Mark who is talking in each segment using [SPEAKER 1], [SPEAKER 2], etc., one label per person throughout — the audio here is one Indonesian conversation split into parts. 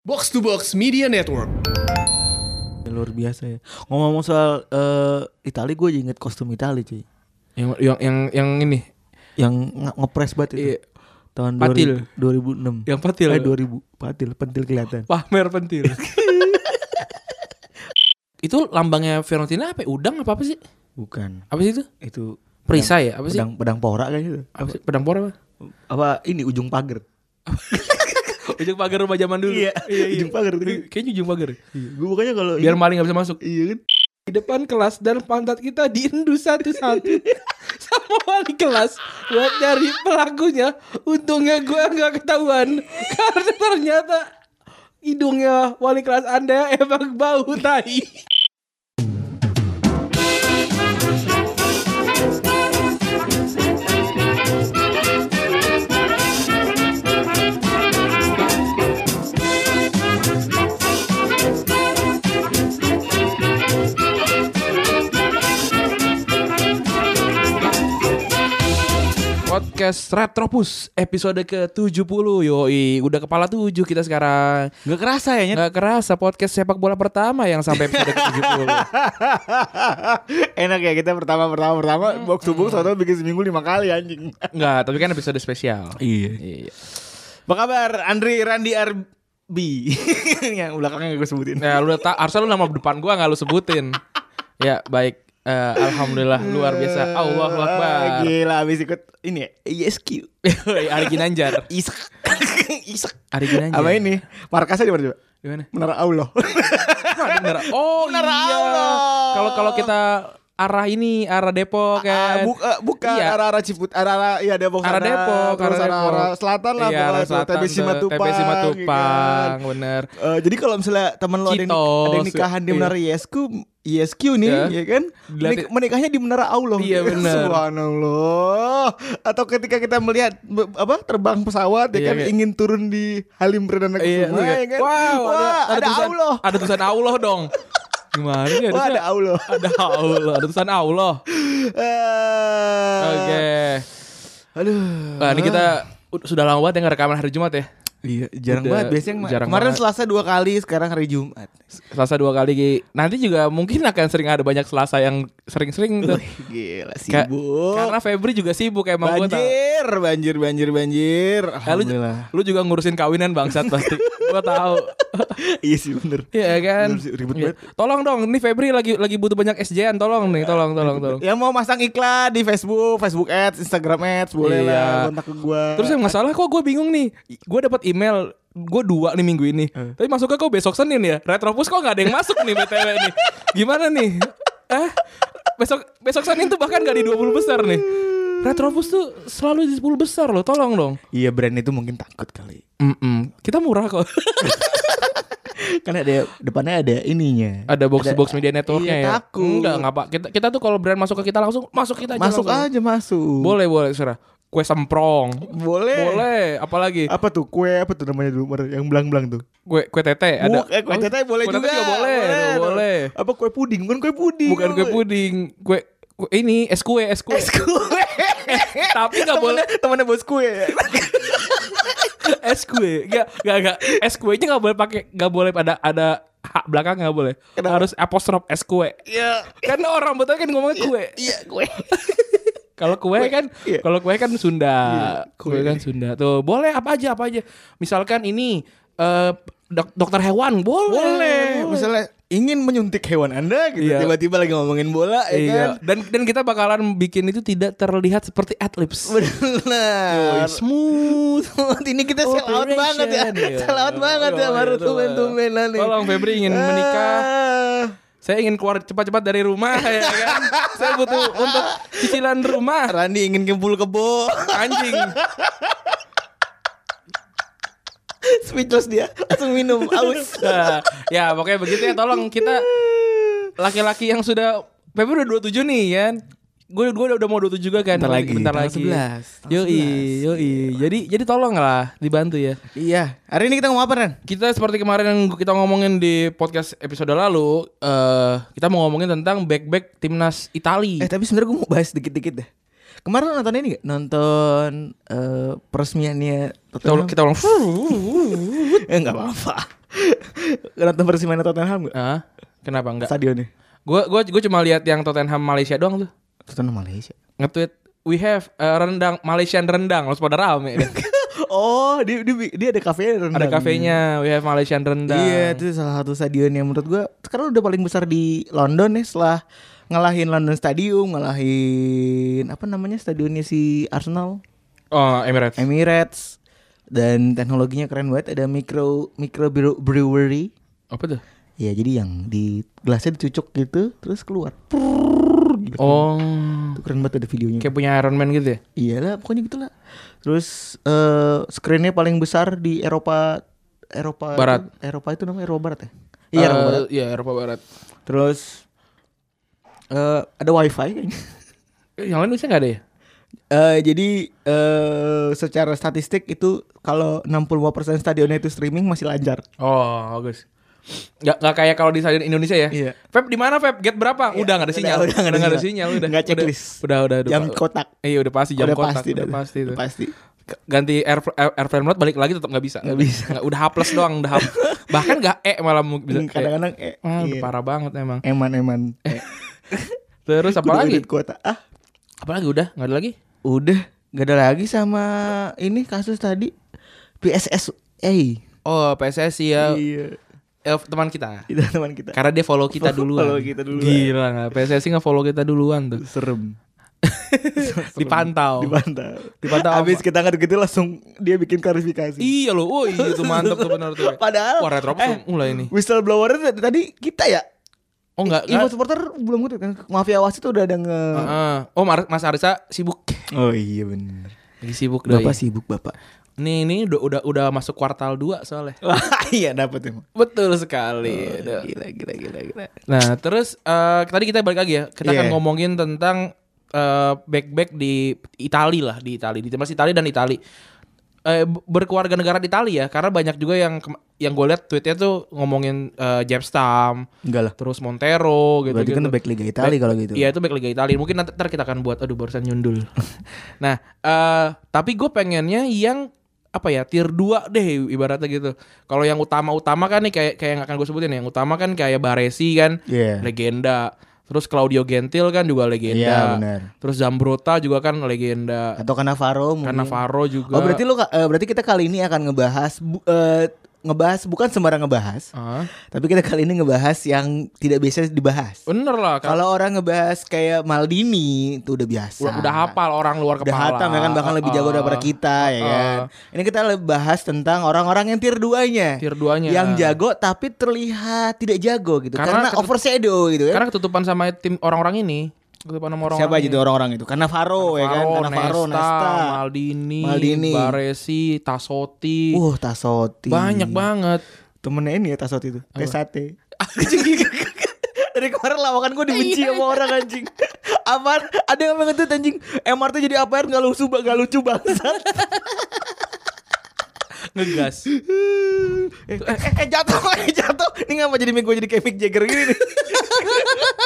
[SPEAKER 1] Box to Box Media Network.
[SPEAKER 2] luar biasa ya. Ngomong-ngomong soal eh Itali gue inget kostum Itali cuy.
[SPEAKER 3] Yang yang yang, yang ini
[SPEAKER 2] Yang nge- ngepres banget itu.
[SPEAKER 3] Iya.
[SPEAKER 2] Tahun
[SPEAKER 3] Patil.
[SPEAKER 2] 2000, 2006.
[SPEAKER 3] Yang patil.
[SPEAKER 2] Eh 2000. Patil, pentil kelihatan.
[SPEAKER 3] Pamer pentil. itu lambangnya Fiorentina apa? ya? Udang apa apa sih?
[SPEAKER 2] Bukan.
[SPEAKER 3] Apa sih itu?
[SPEAKER 2] Itu
[SPEAKER 3] Perisai ya? Apa sih?
[SPEAKER 2] pedang pedang pora kayaknya itu.
[SPEAKER 3] Apa sih? Pedang pora apa?
[SPEAKER 2] Apa ini ujung pagar?
[SPEAKER 3] Ujung pagar rumah zaman dulu.
[SPEAKER 2] Iya, ujung pagar.
[SPEAKER 3] Kayaknya ujung pagar.
[SPEAKER 2] Gue bukannya kalau
[SPEAKER 3] Biar
[SPEAKER 2] ini-
[SPEAKER 3] maling gak bisa masuk.
[SPEAKER 2] Iya kan?
[SPEAKER 3] Iya. Di depan kelas dan pantat kita diindu satu-satu sama wali kelas buat dari pelakunya. Untungnya gua nggak ketahuan karena ternyata hidungnya wali kelas anda emang bau tai. Podcast Retropus episode ke-70 Yoi udah kepala 7 kita sekarang
[SPEAKER 2] Gak kerasa ya Nyet?
[SPEAKER 3] Nggak kerasa podcast sepak bola pertama yang sampai episode ke-70
[SPEAKER 2] Enak ya kita pertama pertama pertama
[SPEAKER 3] Iya.
[SPEAKER 2] box to box atau bikin seminggu lima kali anjing.
[SPEAKER 3] Nggak tapi kan episode spesial
[SPEAKER 2] Iya.
[SPEAKER 3] Iya
[SPEAKER 2] Apa kabar Andri Randi Arbi? yang belakangnya gue sebutin.
[SPEAKER 3] Nah lu tak harusnya lu nama depan gua nggak lu sebutin Ya baik Eh, Alhamdulillah luar biasa Allahu Akbar
[SPEAKER 2] Eh, Gila habis ikut ini ya ISQ
[SPEAKER 3] Iya. Yoi, Ari Ginanjar
[SPEAKER 2] Isak Isak
[SPEAKER 3] Ari Ginanjar
[SPEAKER 2] Apa ini Markasnya di mana coba?
[SPEAKER 3] Gimana?
[SPEAKER 2] Menara Allah
[SPEAKER 3] Ada Menara Oh
[SPEAKER 2] Menara
[SPEAKER 3] iya
[SPEAKER 2] Allah.
[SPEAKER 3] Kalau kalau kita arah ini arah Depok
[SPEAKER 2] Ah,
[SPEAKER 3] kan
[SPEAKER 2] bu- eh, Bukan
[SPEAKER 3] Iya.
[SPEAKER 2] arah-arah Ciput Arah-arah Iya Depok
[SPEAKER 3] Arah
[SPEAKER 2] sana,
[SPEAKER 3] Depok,
[SPEAKER 2] terus
[SPEAKER 3] arah Depok.
[SPEAKER 2] arah-arah selatan lah
[SPEAKER 3] Iya, arah selatan
[SPEAKER 2] TBC
[SPEAKER 3] tuh,
[SPEAKER 2] Matupang
[SPEAKER 3] TBC
[SPEAKER 2] gitu
[SPEAKER 3] Matupang,
[SPEAKER 2] kan.
[SPEAKER 3] bener.
[SPEAKER 2] Eh, Jadi kalau misalnya temen lo ada, yang nik- ada yang
[SPEAKER 3] Citos,
[SPEAKER 2] nikahan di
[SPEAKER 3] iya.
[SPEAKER 2] Menara ISQ ISQ nih
[SPEAKER 3] Iya.
[SPEAKER 2] ya kan
[SPEAKER 3] Dilatih-
[SPEAKER 2] Nik- Menikahnya di Menara Allah
[SPEAKER 3] Iya, bener.
[SPEAKER 2] Subhanallah Atau ketika kita melihat be- apa terbang pesawat ya
[SPEAKER 3] Iya,
[SPEAKER 2] kan
[SPEAKER 3] kayak-
[SPEAKER 2] Ingin turun di Halim Perdana
[SPEAKER 3] Iya,
[SPEAKER 2] Kusuma
[SPEAKER 3] iya.
[SPEAKER 2] ya kan
[SPEAKER 3] Wow,
[SPEAKER 2] Wah, ada
[SPEAKER 3] tulisan-
[SPEAKER 2] Allah
[SPEAKER 3] Ada tulisan Allah dong. Gimana ya?
[SPEAKER 2] Wah ada
[SPEAKER 3] tulisan-
[SPEAKER 2] Allah
[SPEAKER 3] ada Allah, ada tulisan Allah.
[SPEAKER 2] Eh,
[SPEAKER 3] Oke.
[SPEAKER 2] Aduh.
[SPEAKER 3] Nah, ini kita u- sudah lama banget ya nggak rekaman hari Jumat ya.
[SPEAKER 2] Iya, jarang
[SPEAKER 3] Udah,
[SPEAKER 2] banget biasanya yang-
[SPEAKER 3] jarang
[SPEAKER 2] kemarin
[SPEAKER 3] banget.
[SPEAKER 2] Selasa dua kali, sekarang hari Jumat.
[SPEAKER 3] Selasa dua kali. Ki. Nanti juga mungkin akan sering ada banyak Selasa yang sering-sering tuh.
[SPEAKER 2] Wih, gila
[SPEAKER 3] Ka-
[SPEAKER 2] sibuk.
[SPEAKER 3] Karena Febri juga sibuk emang gue tau.
[SPEAKER 2] banjir, banjir, banjir, banjir.
[SPEAKER 3] Eh, lu,
[SPEAKER 2] Alhamdulillah.
[SPEAKER 3] lu juga ngurusin kawinan bangsat pasti. gue tahu.
[SPEAKER 2] iya sih bener.
[SPEAKER 3] Iya kan.
[SPEAKER 2] Bener sih, ribet
[SPEAKER 3] Iya.
[SPEAKER 2] banget.
[SPEAKER 3] Tolong dong, nih Febri lagi lagi butuh banyak SJN, tolong nih, tolong tolong tolong.
[SPEAKER 2] Yang Ya, mau masang iklan di Facebook, Facebook Ads, Instagram Ads, boleh
[SPEAKER 3] Iya.
[SPEAKER 2] lah kontak ke gua.
[SPEAKER 3] Terus yang masalah kok gue bingung nih, gue dapat email gue dua nih minggu ini, tapi masuknya kok besok Senin ya. Retropus kok nggak ada yang masuk nih btw nih. Gimana nih? Eh besok besok Senin tuh bahkan gak di 20 besar nih. Retropus tuh selalu di 10 besar loh, tolong dong.
[SPEAKER 2] Iya brand itu mungkin takut kali.
[SPEAKER 3] Mm-mm, Kita murah kok.
[SPEAKER 2] Kan ada depannya ada ininya.
[SPEAKER 3] ada box box media networknya
[SPEAKER 2] iya,
[SPEAKER 3] ya.
[SPEAKER 2] takut.
[SPEAKER 3] Enggak, enggak apa. Kita, kita tuh kalau brand masuk ke kita langsung masuk kita aja
[SPEAKER 2] Masuk
[SPEAKER 3] langsung.
[SPEAKER 2] aja masuk.
[SPEAKER 3] Boleh boleh Sarah. Kue semprong.
[SPEAKER 2] Boleh.
[SPEAKER 3] Boleh. Apalagi
[SPEAKER 2] Apa tuh kue apa tuh namanya dulu Mer? yang belang-belang tuh?
[SPEAKER 3] kue kue tete ada. Oh,
[SPEAKER 2] Bu- eh, kue teteh boleh
[SPEAKER 3] kue
[SPEAKER 2] juga.
[SPEAKER 3] Tete boleh. Boleh.
[SPEAKER 2] tuh.
[SPEAKER 3] boleh.
[SPEAKER 2] Apa kue puding? Bukan kue puding.
[SPEAKER 3] Bukan kue puding. Kue, kue ini es kue es kue.
[SPEAKER 2] Es
[SPEAKER 3] Eh,
[SPEAKER 2] kue.
[SPEAKER 3] Tapi nggak boleh
[SPEAKER 2] Temannya bos kue. ya?
[SPEAKER 3] es kue. Gak gak gak. Es kuenya nggak boleh pakai nggak boleh ada ada hak belakang nggak boleh.
[SPEAKER 2] Kenapa?
[SPEAKER 3] Harus apostrof es kue.
[SPEAKER 2] Iya.
[SPEAKER 3] Karena orang betul kan ngomongnya kue.
[SPEAKER 2] Iya kue.
[SPEAKER 3] Kalau kue kan,
[SPEAKER 2] iya.
[SPEAKER 3] kalau kue kan Sunda.
[SPEAKER 2] kue.
[SPEAKER 3] kue. kan Sunda. Tuh, boleh apa aja apa aja. Misalkan ini eh dok- dokter hewan boleh.
[SPEAKER 2] Boleh. Misalnya ingin menyuntik hewan Anda gitu.
[SPEAKER 3] Iya.
[SPEAKER 2] Tiba-tiba lagi ngomongin bola ya
[SPEAKER 3] Iya.
[SPEAKER 2] kan.
[SPEAKER 3] Dan dan kita bakalan bikin itu tidak terlihat seperti adlibs.
[SPEAKER 2] Benar.
[SPEAKER 3] Smooth.
[SPEAKER 2] Ini kita sell out
[SPEAKER 3] Operation.
[SPEAKER 2] banget ya.
[SPEAKER 3] Oh, Iya.
[SPEAKER 2] Sell out banget ya
[SPEAKER 3] Iya,
[SPEAKER 2] baru
[SPEAKER 3] iya,
[SPEAKER 2] tumben-tumbenan nih.
[SPEAKER 3] Tolong Febri ingin menikah.
[SPEAKER 2] Ah.
[SPEAKER 3] Saya ingin keluar cepat-cepat dari rumah ya kan. Saya butuh untuk cicilan rumah
[SPEAKER 2] Randi ingin kumpul kebo.
[SPEAKER 3] anjing.
[SPEAKER 2] Speechless dia. Langsung minum aus.
[SPEAKER 3] Nah, ya pokoknya begitu ya tolong kita laki-laki yang sudah Febri udah 27 nih kan. Gue gue udah mau 27 juga kan.
[SPEAKER 2] Bentar lagi,
[SPEAKER 3] Bentar
[SPEAKER 2] tanggal
[SPEAKER 3] lagi.
[SPEAKER 2] 11, tanggal
[SPEAKER 3] Yoi,
[SPEAKER 2] 11.
[SPEAKER 3] yoi. Jadi jadi tolong lah dibantu ya.
[SPEAKER 2] Iya, hari ini kita mau apa Ren?
[SPEAKER 3] Kita seperti kemarin yang kita ngomongin di podcast episode lalu, eh kita mau ngomongin tentang back-back timnas Itali.
[SPEAKER 2] Eh tapi sebenarnya gue mau bahas dikit-dikit deh. Kemarin lo nonton ini gak? Nonton eh, peresmiannya
[SPEAKER 3] kita ulang,
[SPEAKER 2] Tottenham?
[SPEAKER 3] kita ulang.
[SPEAKER 2] Eh nggak apa-apa. Nonton versi mainnya Tottenham nggak? ya?
[SPEAKER 3] Hah? Kenapa enggak?
[SPEAKER 2] Stadionnya.
[SPEAKER 3] Gue gua gua cuma lihat yang Tottenham Malaysia doang tuh.
[SPEAKER 2] Tottenham Malaysia.
[SPEAKER 3] Nge-tweet we have eh, rendang Malaysian rendang. Langsung pada rame deh.
[SPEAKER 2] Oh, dia dia, dia ada kafe
[SPEAKER 3] Ada kafenya, we have Malaysian rendang.
[SPEAKER 2] Iya, itu salah satu stadion yang menurut gua sekarang udah paling besar di London ya setelah ngalahin London Stadium, ngalahin apa namanya stadionnya si Arsenal,
[SPEAKER 3] Oh, Emirates.
[SPEAKER 2] Emirates dan teknologinya keren banget ada micro micro brew- brewery.
[SPEAKER 3] Apa tuh?
[SPEAKER 2] Ya, jadi yang di gelasnya dicucuk gitu terus keluar. Prrrr, gitu.
[SPEAKER 3] Oh,
[SPEAKER 2] Itu keren banget ada videonya.
[SPEAKER 3] kayak punya Iron Man gitu ya?
[SPEAKER 2] Iyalah, pokoknya gitulah. Terus eh screennya paling besar di Eropa Eropa
[SPEAKER 3] Barat.
[SPEAKER 2] itu- Eropa itu namanya Eropa Barat ya? Iya, Eropa Barat.
[SPEAKER 3] Eh, Iya, Eropa Barat.
[SPEAKER 2] Terus eh ada wifi kayaknya.
[SPEAKER 3] Eh, Yang lain bisa nggak ada ya?
[SPEAKER 2] Eh, jadi eh secara statistik itu kalau 65% stadionnya itu streaming masih lancar.
[SPEAKER 3] Oh, bagus. Gak, gak kayak kalau di stadion Indonesia ya?
[SPEAKER 2] Iya.
[SPEAKER 3] Pep di mana Pep? Get berapa? udah gak ada sinyal.
[SPEAKER 2] udah nggak ada
[SPEAKER 3] nggak
[SPEAKER 2] sinyal.
[SPEAKER 3] Udah
[SPEAKER 2] Nggak
[SPEAKER 3] udah.
[SPEAKER 2] checklist.
[SPEAKER 3] Udah udah udah.
[SPEAKER 2] Jam kotak.
[SPEAKER 3] Iya udah pasti jam
[SPEAKER 2] udah
[SPEAKER 3] kotak.
[SPEAKER 2] pasti,
[SPEAKER 3] udah pasti itu.
[SPEAKER 2] udah pasti.
[SPEAKER 3] Ganti air, air- airplane mode balik lagi tetap nggak bisa. Nggak bisa. udah H plus doang. Udah H. Bahkan nggak E malah mu- bisa. Kayak,
[SPEAKER 2] Kadang-kadang eh,
[SPEAKER 3] Wah, udah
[SPEAKER 2] iya.
[SPEAKER 3] parah banget emang.
[SPEAKER 2] eman-eman. Eh,
[SPEAKER 3] Terus apa
[SPEAKER 2] udah
[SPEAKER 3] lagi?
[SPEAKER 2] edit kuota. Ah,
[SPEAKER 3] Apa lagi udah? Gak ada lagi?
[SPEAKER 2] udah gak ada lagi sama ini kasus tadi PSS. Eh,
[SPEAKER 3] Oh PSSI ya.
[SPEAKER 2] iya.
[SPEAKER 3] Eh, teman kita.
[SPEAKER 2] Itu teman kita.
[SPEAKER 3] Karena dia follow kita duluan.
[SPEAKER 2] Follow kita duluan.
[SPEAKER 3] Gila nggak? PSSI nggak follow kita duluan tuh.
[SPEAKER 2] Serem.
[SPEAKER 3] Dipantau.
[SPEAKER 2] Dibantah.
[SPEAKER 3] Dibantah
[SPEAKER 2] Abis kita ngedeketin langsung dia bikin klarifikasi.
[SPEAKER 3] Iya loh, oh iya tuh mantap tuh benar tuh.
[SPEAKER 2] Padahal- eh,
[SPEAKER 3] Wah Retropus tuh mulai ini.
[SPEAKER 2] Whistleblower tadi kita ya.
[SPEAKER 3] Oh enggak,
[SPEAKER 2] Info
[SPEAKER 3] enggak.
[SPEAKER 2] supporter belum gitu kan. Mafia wasit tuh udah ada nge
[SPEAKER 3] Heeh. Oh Mar- Mas Arisa sibuk.
[SPEAKER 2] Oh iya benar.
[SPEAKER 3] Lagi sibuk doi.
[SPEAKER 2] Bapak sibuk bapak.
[SPEAKER 3] Nih ini udah udah udah masuk kuartal 2 soalnya.
[SPEAKER 2] iya dapat emang.
[SPEAKER 3] Betul sekali. Duh.
[SPEAKER 2] Gila gila gila gila.
[SPEAKER 3] Nah, terus eh, tadi kita balik lagi ya. Kita akan
[SPEAKER 2] Iya.
[SPEAKER 3] ngomongin tentang eh, back-back di Itali lah, di Itali, di timnas Itali dan Itali. Eh, b- berkeluarga negara di Itali ya, karena banyak juga yang kema- yang gue lihat tweetnya tuh ngomongin eh, Jeb Stam,
[SPEAKER 2] Enggak lah.
[SPEAKER 3] terus Montero gitu.
[SPEAKER 2] Berarti kan
[SPEAKER 3] gitu.
[SPEAKER 2] back Liga Italia kalau gitu.
[SPEAKER 3] Iya itu back Liga Italia. Mungkin nanti ntar kita akan buat aduh barusan nyundul. nah, eh tapi gue pengennya yang apa ya tier 2 deh ibaratnya gitu. Kalau yang utama-utama kan nih kayak kayak yang akan gue sebutin ya. yang utama kan kayak Baresi kan
[SPEAKER 2] Iya.
[SPEAKER 3] legenda. Terus Claudio Gentil kan juga
[SPEAKER 2] Iya,
[SPEAKER 3] legenda.
[SPEAKER 2] benar.
[SPEAKER 3] Terus Zambrota juga kan legenda.
[SPEAKER 2] Atau Cannavaro mungkin.
[SPEAKER 3] Karena Faro juga.
[SPEAKER 2] Oh berarti lu ka- eh, berarti kita kali ini akan ngebahas bu- eh, ngebahas bukan sembarang ngebahas.
[SPEAKER 3] Ah,
[SPEAKER 2] Tapi kita kali ini ngebahas yang tidak biasa dibahas.
[SPEAKER 3] bener lah kan.
[SPEAKER 2] Kalau orang ngebahas kayak Maldini itu udah biasa.
[SPEAKER 3] Udah, udah hafal orang luar
[SPEAKER 2] Udah
[SPEAKER 3] kepala.
[SPEAKER 2] hatam ya kan bahkan lebih jago
[SPEAKER 3] Ah,
[SPEAKER 2] daripada kita ya kan. Ini kita le- bahas tentang orang-orang yang tier 2-nya.
[SPEAKER 3] Tier 2-nya.
[SPEAKER 2] Yang jago tapi terlihat tidak jago gitu.
[SPEAKER 3] Karena
[SPEAKER 2] Karena,
[SPEAKER 3] ketu-
[SPEAKER 2] overshadow gitu kan.
[SPEAKER 3] Karena ketutupan sama tim orang-orang ini. Ketutupan sama orang-orang
[SPEAKER 2] Siapa aja
[SPEAKER 3] ini.
[SPEAKER 2] tuh orang-orang itu? Karena Faro ya kan. Karena Faro, Nesta.
[SPEAKER 3] Maldini,
[SPEAKER 2] Maldini.
[SPEAKER 3] Baresi, Tasoti.
[SPEAKER 2] Uh, Tasoti.
[SPEAKER 3] banyak banget.
[SPEAKER 2] Temennya ini ya Tasoti itu. Tesate. Dari kemarin lawakan gue dibenci sama orang anjing. Apaan? Ada yang ngetut anjing. MRT jadi apa nggak lucu ba- nggak lucu bangsat.
[SPEAKER 3] Ngegas.
[SPEAKER 2] eh, eh, eh, jatuh, eh, jatuh. Ini ngapa jadi gue jadi kayak Mick Jagger gini nih?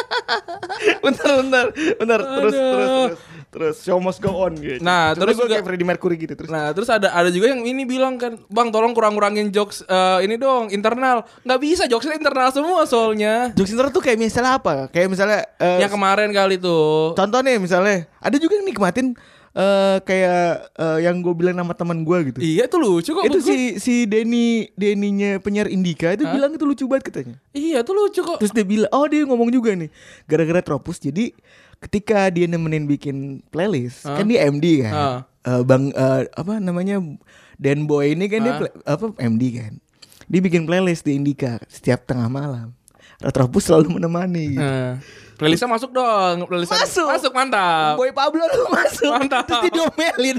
[SPEAKER 2] bentar, bentar, bentar. Terus,
[SPEAKER 3] Aduh.
[SPEAKER 2] terus, terus, terus. Show must go on gitu.
[SPEAKER 3] Nah,
[SPEAKER 2] Tapi
[SPEAKER 3] terus
[SPEAKER 2] gue
[SPEAKER 3] juga-
[SPEAKER 2] kayak Freddie Mercury gitu terus.
[SPEAKER 3] Nah, terus ada ada juga yang ini bilang kan, "Bang, tolong kurang-kurangin jokes eh, ini dong, internal." nggak bisa, jokesnya internal semua soalnya.
[SPEAKER 2] Jokes tuh kayak misalnya apa? Kayak misalnya eh,
[SPEAKER 3] Yang kemarin kali tuh.
[SPEAKER 2] Contoh nih misalnya ada juga yang nikmatin eh kayak eh, yang gue bilang nama teman gue gitu.
[SPEAKER 3] Iya, itu lucu kok.
[SPEAKER 2] itu
[SPEAKER 3] menurut
[SPEAKER 2] si
[SPEAKER 3] gua.
[SPEAKER 2] si Denny Denny-nya penyiar Indika itu bilang itu lucu banget katanya.
[SPEAKER 3] Iya, itu lucu kok.
[SPEAKER 2] Terus dia bilang, oh dia ngomong juga nih, gara-gara Tropus jadi ketika dia nemenin bikin playlist, kan dia MD kan,
[SPEAKER 3] Hah.
[SPEAKER 2] Eh, bang eh, apa namanya Dan Boy ini kan dia pla- apa MD kan, dia bikin playlist di Indika setiap tengah malam. Retropus selalu menemani. gitu.
[SPEAKER 3] Nah, playlistnya masuk dong, playlistnya
[SPEAKER 2] Masuk.
[SPEAKER 3] masuk mantap.
[SPEAKER 2] Boy Pablo lu masuk
[SPEAKER 3] Eh, Mantap.
[SPEAKER 2] Terus dia diomelin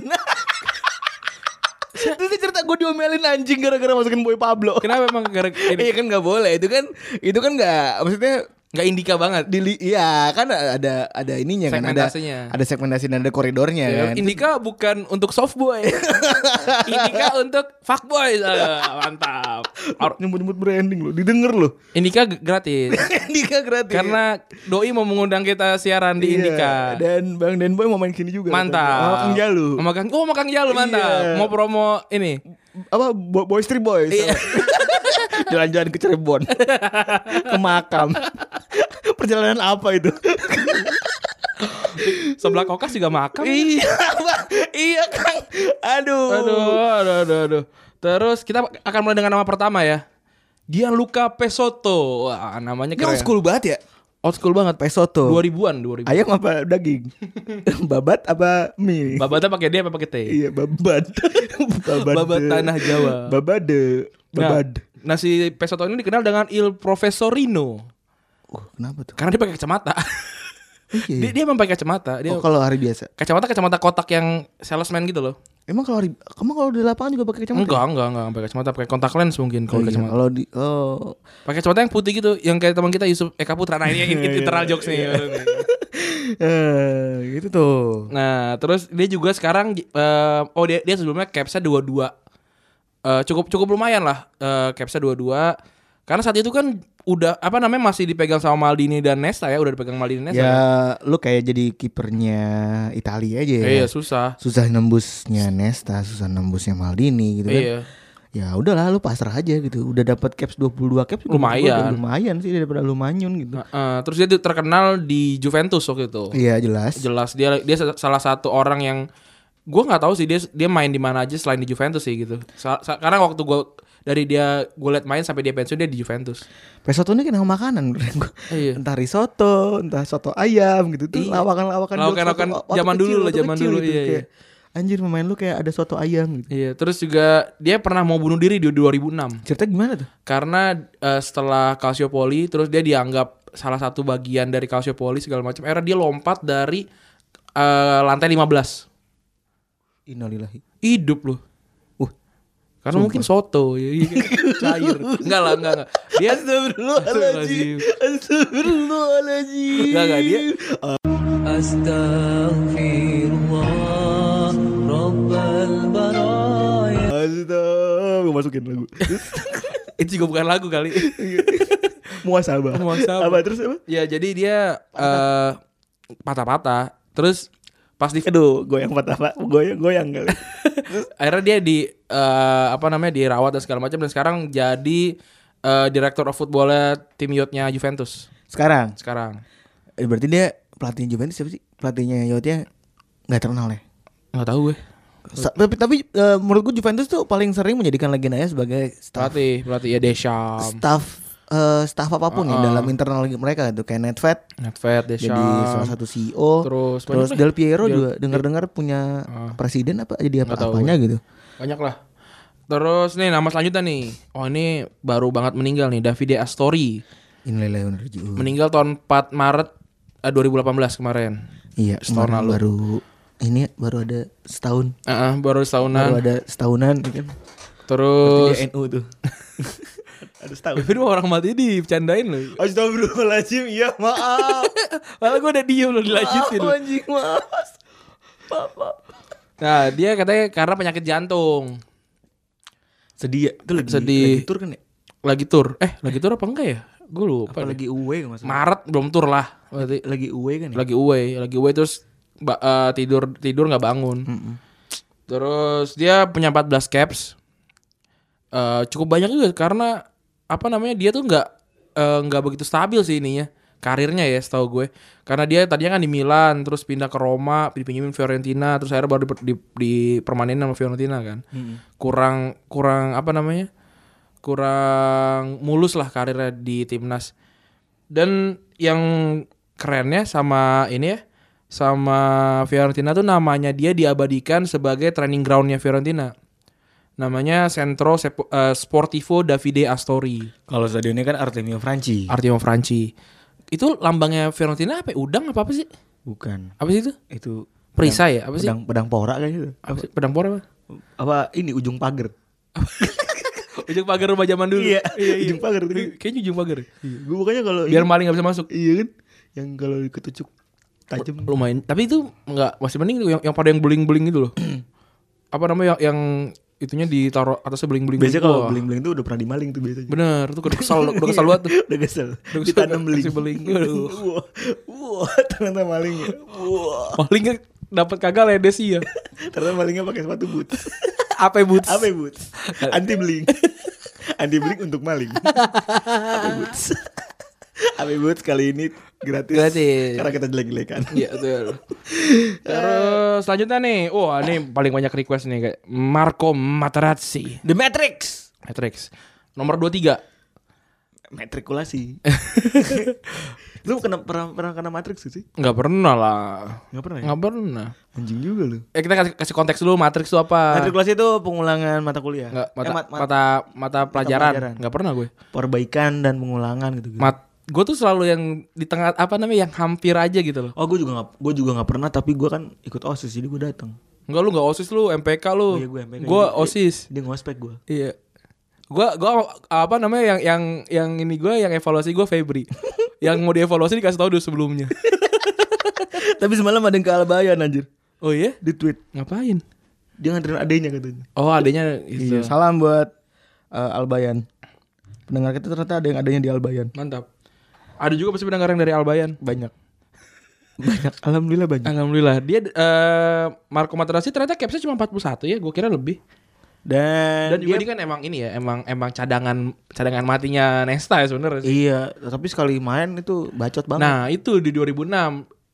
[SPEAKER 2] Terus dia cerita gue diomelin anjing gara-gara masukin Boy Pablo
[SPEAKER 3] Kenapa emang gara
[SPEAKER 2] Iya
[SPEAKER 3] ini?
[SPEAKER 2] kan gak boleh Itu kan Itu kan gak Maksudnya
[SPEAKER 3] Gak indika banget.
[SPEAKER 2] dili Iya kan ada Ada ininya kan Ada
[SPEAKER 3] Segmentasinya.
[SPEAKER 2] Ada segmentasi dan ada koridornya
[SPEAKER 3] Ya,
[SPEAKER 2] kan
[SPEAKER 3] Indika bukan untuk soft boy. Indika untuk fuck boy. Ah, mantap. Or-
[SPEAKER 2] Nyebut-nyebut branding loh Didengar loh
[SPEAKER 3] Indika g- gratis.
[SPEAKER 2] Indika gratis
[SPEAKER 3] Karena doi mau mengundang kita siaran di
[SPEAKER 2] Iya,
[SPEAKER 3] Indika.
[SPEAKER 2] Dan Bang Dan Boy mau main sini juga
[SPEAKER 3] Mantap.
[SPEAKER 2] katanya. gitu. Sama Kang Jalu
[SPEAKER 3] Sama Kang- oh, sama Kang Jalu mantap.
[SPEAKER 2] Iya.
[SPEAKER 3] Mau promo ini.
[SPEAKER 2] Apa Bo- Boys Three Boys sama- Jalan-jalan ke Cirebon. ke makam. Perjalanan apa itu?
[SPEAKER 3] Sebelah kokas juga makam.
[SPEAKER 2] iya, Bang. iya, Kang. Aduh.
[SPEAKER 3] Aduh, aduh, aduh, aduh. Terus kita akan mulai dengan nama pertama ya. Gianluca Pesotto. Wah, namanya
[SPEAKER 2] Ini
[SPEAKER 3] keren.
[SPEAKER 2] old school banget ya? Old school banget pesoto.
[SPEAKER 3] 2000-an, 2000.
[SPEAKER 2] Ayam apa daging? babat apa mie?
[SPEAKER 3] Babatnya pakai D apa pakai T?
[SPEAKER 2] iya, babat. babad.
[SPEAKER 3] Babat tanah Jawa.
[SPEAKER 2] Babade.
[SPEAKER 3] Nah,
[SPEAKER 2] Babad.
[SPEAKER 3] nah, si Pesotto ini dikenal dengan Il Professorino
[SPEAKER 2] Uh, kenapa tuh?
[SPEAKER 3] karena dia pakai kacamata.
[SPEAKER 2] Iya.
[SPEAKER 3] dia, dia emang pakai kacamata. Dia
[SPEAKER 2] Oh, kalau hari biasa.
[SPEAKER 3] kacamata kacamata kotak yang salesman gitu loh.
[SPEAKER 2] Emang kalau hari kamu kalau di lapangan juga pakai kacamata?
[SPEAKER 3] Enggak, enggak, enggak pakai kacamata, pakai kontak lens mungkin
[SPEAKER 2] Oh,
[SPEAKER 3] kalau
[SPEAKER 2] iya,
[SPEAKER 3] kacamata.
[SPEAKER 2] Kalau di oh
[SPEAKER 3] Pakai kacamata yang putih gitu, yang kayak teman kita Yusuf Eka Putra. Nah, ini
[SPEAKER 2] Iya,
[SPEAKER 3] ini internal jokes nih.
[SPEAKER 2] eh gitu tuh.
[SPEAKER 3] Nah, terus dia juga sekarang eh, oh dia dia sebelumnya capsnya 22. Eh cukup cukup lumayan lah eh capsnya 22. Karena saat itu kan udah apa namanya masih dipegang sama Maldini dan Nesta ya, udah dipegang Maldini dan Nesta. ya.
[SPEAKER 2] Ya, lu kayak jadi kipernya Italia aja ya.
[SPEAKER 3] Iya, susah.
[SPEAKER 2] susah nembusnya Nesta, susah nembusnya Maldini gitu kan.
[SPEAKER 3] Iya.
[SPEAKER 2] Ya udahlah lu pasrah aja gitu. Udah dapat caps 22 caps juga
[SPEAKER 3] Lumayan.
[SPEAKER 2] menurut gua udah lumayan sih daripada lu manyun gitu.
[SPEAKER 3] Nah, eh, terus dia tuh terkenal di Juventus waktu itu.
[SPEAKER 2] Iya jelas.
[SPEAKER 3] Jelas dia dia sa- salah satu orang yang gue nggak tahu sih dia dia main di mana aja selain di Juventus sih gitu. Sa- sa- Karena waktu gue dari dia gue liat main sampai dia pensiun dia di Juventus.
[SPEAKER 2] Pesoto ini kena kan makanan menurut gua.
[SPEAKER 3] Iya.
[SPEAKER 2] Entah risotto, entah soto ayam gitu tuh.
[SPEAKER 3] Iya.
[SPEAKER 2] Lawakan-lawakan jokes
[SPEAKER 3] Lawakan-lawakan
[SPEAKER 2] waktu- waktu
[SPEAKER 3] zaman
[SPEAKER 2] kecil,
[SPEAKER 3] dulu lah,
[SPEAKER 2] waktu
[SPEAKER 3] zaman
[SPEAKER 2] kecil
[SPEAKER 3] dulu,
[SPEAKER 2] gitu.
[SPEAKER 3] iya,
[SPEAKER 2] Kayak, Anjir pemain lu kayak ada soto ayam gitu.
[SPEAKER 3] Iya, terus juga dia pernah mau bunuh diri di 2006
[SPEAKER 2] Cerita gimana tuh?
[SPEAKER 3] karena eh, setelah Calciopoli terus dia dianggap salah satu bagian dari Calciopoli segala macam. Era dia lompat dari eh, lantai 15.
[SPEAKER 2] Innalillahi.
[SPEAKER 3] Hidup loh.
[SPEAKER 2] Uh.
[SPEAKER 3] Karena mungkin soto ya, iya. cair. Enggak lah, enggak enggak. Dia
[SPEAKER 2] Astagfirullahaladzim. Astagfirullahaladzim.
[SPEAKER 3] Enggak enggak dia
[SPEAKER 2] Astagfirullah. Gue masukin lagu.
[SPEAKER 3] itu juga bukan lagu kali.
[SPEAKER 2] Muasabah.
[SPEAKER 3] Muasabah.
[SPEAKER 2] Apa terus apa?
[SPEAKER 3] ya, jadi dia eh, patah-patah. Terus pas di
[SPEAKER 2] Aduh, goyang patah pak, goyang goyang kali.
[SPEAKER 3] akhirnya dia di eh, apa namanya dirawat dan segala macam dan sekarang jadi eh, direktur of football tim youth-nya Juventus
[SPEAKER 2] Sekarang,
[SPEAKER 3] sekarang.
[SPEAKER 2] eh, berarti dia pelatih Juventus siapa sih? Pelatihnya Yotnya nggak terkenal ya?
[SPEAKER 3] Enggak tahu gue.
[SPEAKER 2] Sa- tapi tapi eh, menurut gue Juventus tuh paling sering menjadikan legendanya sebagai staff
[SPEAKER 3] Pelatih, pelatih ya Deschamps,
[SPEAKER 2] staff eh, staff apapun ya dalam internal mereka tuh kayak Nedved
[SPEAKER 3] Nedved,
[SPEAKER 2] jadi salah
[SPEAKER 3] Deschamps.
[SPEAKER 2] satu CEO
[SPEAKER 3] Terus
[SPEAKER 2] terus
[SPEAKER 3] banyak
[SPEAKER 2] Del Ah. Piero
[SPEAKER 3] Del-
[SPEAKER 2] juga dengar-dengar punya presiden apa jadi apa
[SPEAKER 3] tahu
[SPEAKER 2] apanya gitu
[SPEAKER 3] Banyak lah. Terus nih nama selanjutnya nih. Oh ini baru banget meninggal nih Davide Astori.
[SPEAKER 2] Innalillahi wa inna ilaihi raji'un.
[SPEAKER 3] Meninggal tahun 4 Maret eh, 2018 kemarin.
[SPEAKER 2] iya
[SPEAKER 3] Setahun
[SPEAKER 2] kemarin
[SPEAKER 3] lalu.
[SPEAKER 2] baru ini baru ada setahun
[SPEAKER 3] Heeh, baru setahunan.
[SPEAKER 2] baru ada setahunan kan
[SPEAKER 3] Terus
[SPEAKER 2] NU tuh ada setahun
[SPEAKER 3] Bevin mau orang mati dicandain loh.
[SPEAKER 2] Astagfirullahaladzim iya maaf
[SPEAKER 3] Malah gue udah diem loh dilanjutin.
[SPEAKER 2] Maaf, anjing maaf
[SPEAKER 3] Nah dia katanya karena penyakit jantung
[SPEAKER 2] sedih ya itu lagi
[SPEAKER 3] Sedih.
[SPEAKER 2] lagi tur kan ya
[SPEAKER 3] lagi tur. Eh lagi tur apa enggak ya? Gue lupa.
[SPEAKER 2] Apa
[SPEAKER 3] deh.
[SPEAKER 2] lagi uwe nggak masalah
[SPEAKER 3] Maret belum tur lah. Berarti
[SPEAKER 2] lagi uwe kan ya
[SPEAKER 3] lagi away, lagi away terus ba- eh, tidur tidur nggak bangun. Terus dia punya 14 caps. Eh, cukup banyak juga karena apa namanya dia tuh nggak eh, nggak begitu stabil sih ininya karirnya ya setahu gue karena dia tadinya kan di Milan terus pindah ke Roma dipinjemin Fiorentina terus akhirnya baru diper- di, dipermanenin sama Fiorentina kan kurang kurang apa namanya kurang mulus lah karirnya di timnas dan yang kerennya sama ini ya sama Fiorentina tuh namanya dia diabadikan sebagai training groundnya Fiorentina namanya Centro Sepo- eh, Sportivo Davide Astori
[SPEAKER 2] kalau stadionnya kan Artemio Franchi
[SPEAKER 3] Artimo Franci itu lambangnya Fiorentina apa ya? udang apa apa sih
[SPEAKER 2] bukan
[SPEAKER 3] apa sih itu
[SPEAKER 2] itu
[SPEAKER 3] perisai ya apa sih
[SPEAKER 2] pedang pedang pora kan itu
[SPEAKER 3] apa sih pedang por apa
[SPEAKER 2] apa ini ujung pagar
[SPEAKER 3] ujung pagar rumah zaman dulu
[SPEAKER 2] Iya.
[SPEAKER 3] Iya,
[SPEAKER 2] ujung pagar Iya. itu
[SPEAKER 3] kayaknya ujung pagar
[SPEAKER 2] gue bukannya kalau
[SPEAKER 3] biar maling nggak bisa masuk
[SPEAKER 2] iya kan yang kalau ketucuk tajam
[SPEAKER 3] lumayan tapi itu nggak masih mending tuh yang, yang pada yang beling beling itu loh apa namanya yang, yang itunya ditaruh atasnya beling beling
[SPEAKER 2] biasanya kalau Iya. bling bling tuh udah pernah dimaling tuh biasanya
[SPEAKER 3] bener tuh udah kesal udah kesal banget tuh.
[SPEAKER 2] udah kesel
[SPEAKER 3] Udah kesel,
[SPEAKER 2] ditanam
[SPEAKER 3] kasih
[SPEAKER 2] beling
[SPEAKER 3] beling. Aduh.
[SPEAKER 2] wah wah ternyata maling ya. wah
[SPEAKER 3] palingnya dapat kagak lah ya, desi ya
[SPEAKER 2] ternyata malingnya pakai sepatu boots
[SPEAKER 3] apa ya, boots
[SPEAKER 2] apa ya, boots anti beling Andi beli untuk maling. ya, Abi Boots. Abi Boots ya, kali ini gratis.
[SPEAKER 3] Gratis.
[SPEAKER 2] Karena kita jelek-jelekan.
[SPEAKER 3] Iya betul. Terus selanjutnya nih, wah ini paling banyak request nih kayak Marco Materazzi,
[SPEAKER 2] The Matrix.
[SPEAKER 3] Matrix. Nomor 23.
[SPEAKER 2] Matrikulasi. lu kena pernah pernah kena Matrix gak sih?
[SPEAKER 3] Enggak pernah lah.
[SPEAKER 2] Gak pernah ya?
[SPEAKER 3] Enggak pernah.
[SPEAKER 2] Anjing juga lu.
[SPEAKER 3] Eh kita kasih, kasih konteks dulu Matrix itu apa?
[SPEAKER 2] Matrikulasi Nah, itu pengulangan mata kuliah.
[SPEAKER 3] Enggak, mata,
[SPEAKER 2] Eh, mat- mat-
[SPEAKER 3] mata mata
[SPEAKER 2] pelajaran.
[SPEAKER 3] pelajaran. Enggak pernah gue.
[SPEAKER 2] perbaikan dan pengulangan gitu. gitu.
[SPEAKER 3] Mat gue tuh selalu yang di tengah apa namanya yang hampir aja gitu loh.
[SPEAKER 2] oh, gue juga gak, gue juga nggak pernah tapi gue kan ikut OSIS jadi gue datang.
[SPEAKER 3] Enggak lu enggak OSIS lu, MPK lu.
[SPEAKER 2] iya, gue MPK.
[SPEAKER 3] Gue
[SPEAKER 2] Jadi-
[SPEAKER 3] OSIS.
[SPEAKER 2] Dia ngospek gue.
[SPEAKER 3] Iya. Gua gua apa namanya yang yang yang ini gua yang evaluasi gua Febri. yang mau dievaluasi dikasih tahu dulu sebelumnya.
[SPEAKER 2] tapi semalam ada yang ke Albayan anjir.
[SPEAKER 3] Oh iya?
[SPEAKER 2] Di tweet
[SPEAKER 3] Ngapain?
[SPEAKER 2] dia nganterin adenya katanya.
[SPEAKER 3] Oh, adanya itu.
[SPEAKER 2] Iya, Salam buat eh, Albayan. Pendengar kita ternyata ada yang adanya di Albayan.
[SPEAKER 3] Mantap. Ada juga pasti pendengar yang dari Albayan.
[SPEAKER 2] Banyak. Banyak. Alhamdulillah banyak.
[SPEAKER 3] Alhamdulillah. Dia eh Marco Materazzi ternyata capsnya cuma 41 ya, gua kira lebih.
[SPEAKER 2] Dan,
[SPEAKER 3] Dan juga dia kan emang ini ya, emang emang cadangan cadangan matinya Nesta ya sebenarnya. sih.
[SPEAKER 2] iya, tapi sekali main itu bacot banget.
[SPEAKER 3] Nah, itu di 2006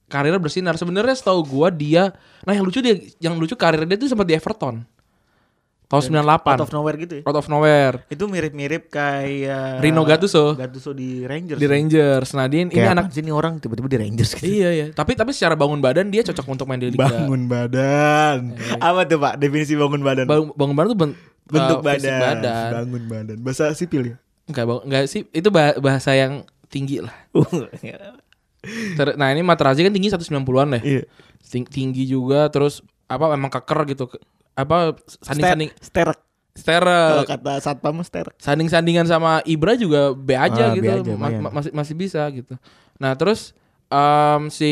[SPEAKER 3] karirnya bersinar. Sebenarnya setahu gua dia nah yang lucu dia yang lucu karir dia tuh sempat di Everton. Tahun 98.
[SPEAKER 2] Out of nowhere gitu ya.
[SPEAKER 3] out of nowhere
[SPEAKER 2] Itu mirip-mirip kayak
[SPEAKER 3] Rino Gattuso
[SPEAKER 2] Gattuso di Rangers. ya?
[SPEAKER 3] di Rangers. Nah, dia ini
[SPEAKER 2] Kayak
[SPEAKER 3] anak
[SPEAKER 2] anak sini orang tiba-tiba di Rangers gitu.
[SPEAKER 3] Iya iya, tapi tapi secara bangun badan dia cocok untuk main di liga.
[SPEAKER 2] badan. Apa tuh Pak definisi bangun badan?
[SPEAKER 3] Bangun, bangun badan tuh ben-
[SPEAKER 2] Bentuk
[SPEAKER 3] eh, fisik
[SPEAKER 2] badan.
[SPEAKER 3] badan.
[SPEAKER 2] Bangun badan. Bahasa sipil ya.
[SPEAKER 3] Enggak, bang- enggak sih, itu bah- bahasa yang tinggi lah. Ter- nah, ini Materazzi kan tinggi 190-an deh.
[SPEAKER 2] Iya.
[SPEAKER 3] Ting- tinggi juga terus apa memang keker gitu. Ke- Apa sanding-sanding
[SPEAKER 2] Ster- sterek. Kalau
[SPEAKER 3] steril.
[SPEAKER 2] kata satpam sterek.
[SPEAKER 3] sanding-sandingan sama Ibra juga B
[SPEAKER 2] Ah,
[SPEAKER 3] aja gitu,
[SPEAKER 2] B aja,
[SPEAKER 3] Ma-
[SPEAKER 2] lumayan.
[SPEAKER 3] ma- masih masih bisa gitu. Nah terus em, si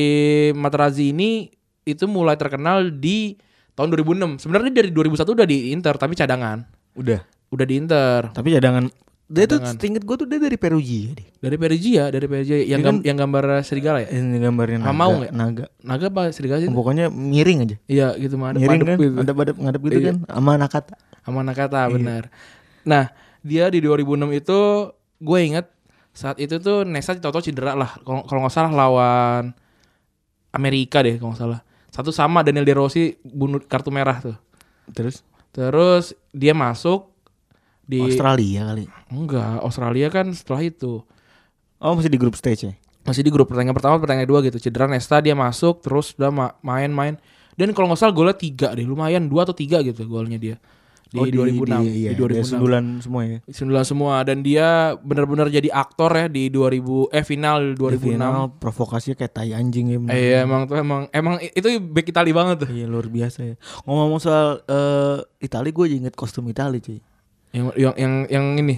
[SPEAKER 3] Materazzi ini itu mulai terkenal di tahun 2006. Sebenarnya dari 2001 udah di Inter tapi cadangan,
[SPEAKER 2] Udah.
[SPEAKER 3] udah di Inter
[SPEAKER 2] Tapi cadangan dia tuh
[SPEAKER 3] Cadangan.
[SPEAKER 2] seinget gue tuh dia dari Perugia deh.
[SPEAKER 3] dari Perugia, ya, dari Perugia yang gam-
[SPEAKER 2] kan
[SPEAKER 3] yang gambar serigala ya.
[SPEAKER 2] Ini gambarnya
[SPEAKER 3] Apa
[SPEAKER 2] naga.
[SPEAKER 3] mau ya? nggak?
[SPEAKER 2] naga.
[SPEAKER 3] Naga apa serigala sih?
[SPEAKER 2] Pokoknya miring aja.
[SPEAKER 3] Iya gitu mah ada
[SPEAKER 2] miring
[SPEAKER 3] padep
[SPEAKER 2] kan,
[SPEAKER 3] gitu.
[SPEAKER 2] ada padep ngadep gitu kan sama nakata.
[SPEAKER 3] Sama Nakata benar. Nah, dia di 2006 itu gue inget saat itu tuh Nesta Toto cedera lah. Kalau kalau nggak salah lawan Amerika deh kalau nggak salah. Satu sama Daniel De Rossi bunuh kartu merah tuh.
[SPEAKER 2] Terus
[SPEAKER 3] Terus dia masuk di
[SPEAKER 2] Australia kali.
[SPEAKER 3] enggak Australia kan setelah itu
[SPEAKER 2] Oh masih di grup stage ya.
[SPEAKER 3] masih di grup pertandingan pertama pertandingan kedua gitu cedera Nesta dia masuk terus udah ma- main-main dan kalau nggak salah golnya tiga deh lumayan dua atau tiga gitu golnya dia Oh, di 2006
[SPEAKER 2] di, iya,
[SPEAKER 3] di 2006
[SPEAKER 2] sundulan semua ya.
[SPEAKER 3] Sembilan semua dan dia benar-benar jadi aktor ya di 2000 eh final
[SPEAKER 2] Di
[SPEAKER 3] 2006.
[SPEAKER 2] final provokasinya kayak tai anjing ya. bener.
[SPEAKER 3] Eh, iya, emang tuh emang emang itu back Itali banget tuh.
[SPEAKER 2] Iya luar biasa ya. Ngomong-ngomong soal eh Itali gue inget kostum Itali cuy.
[SPEAKER 3] Yang yang yang, yang ini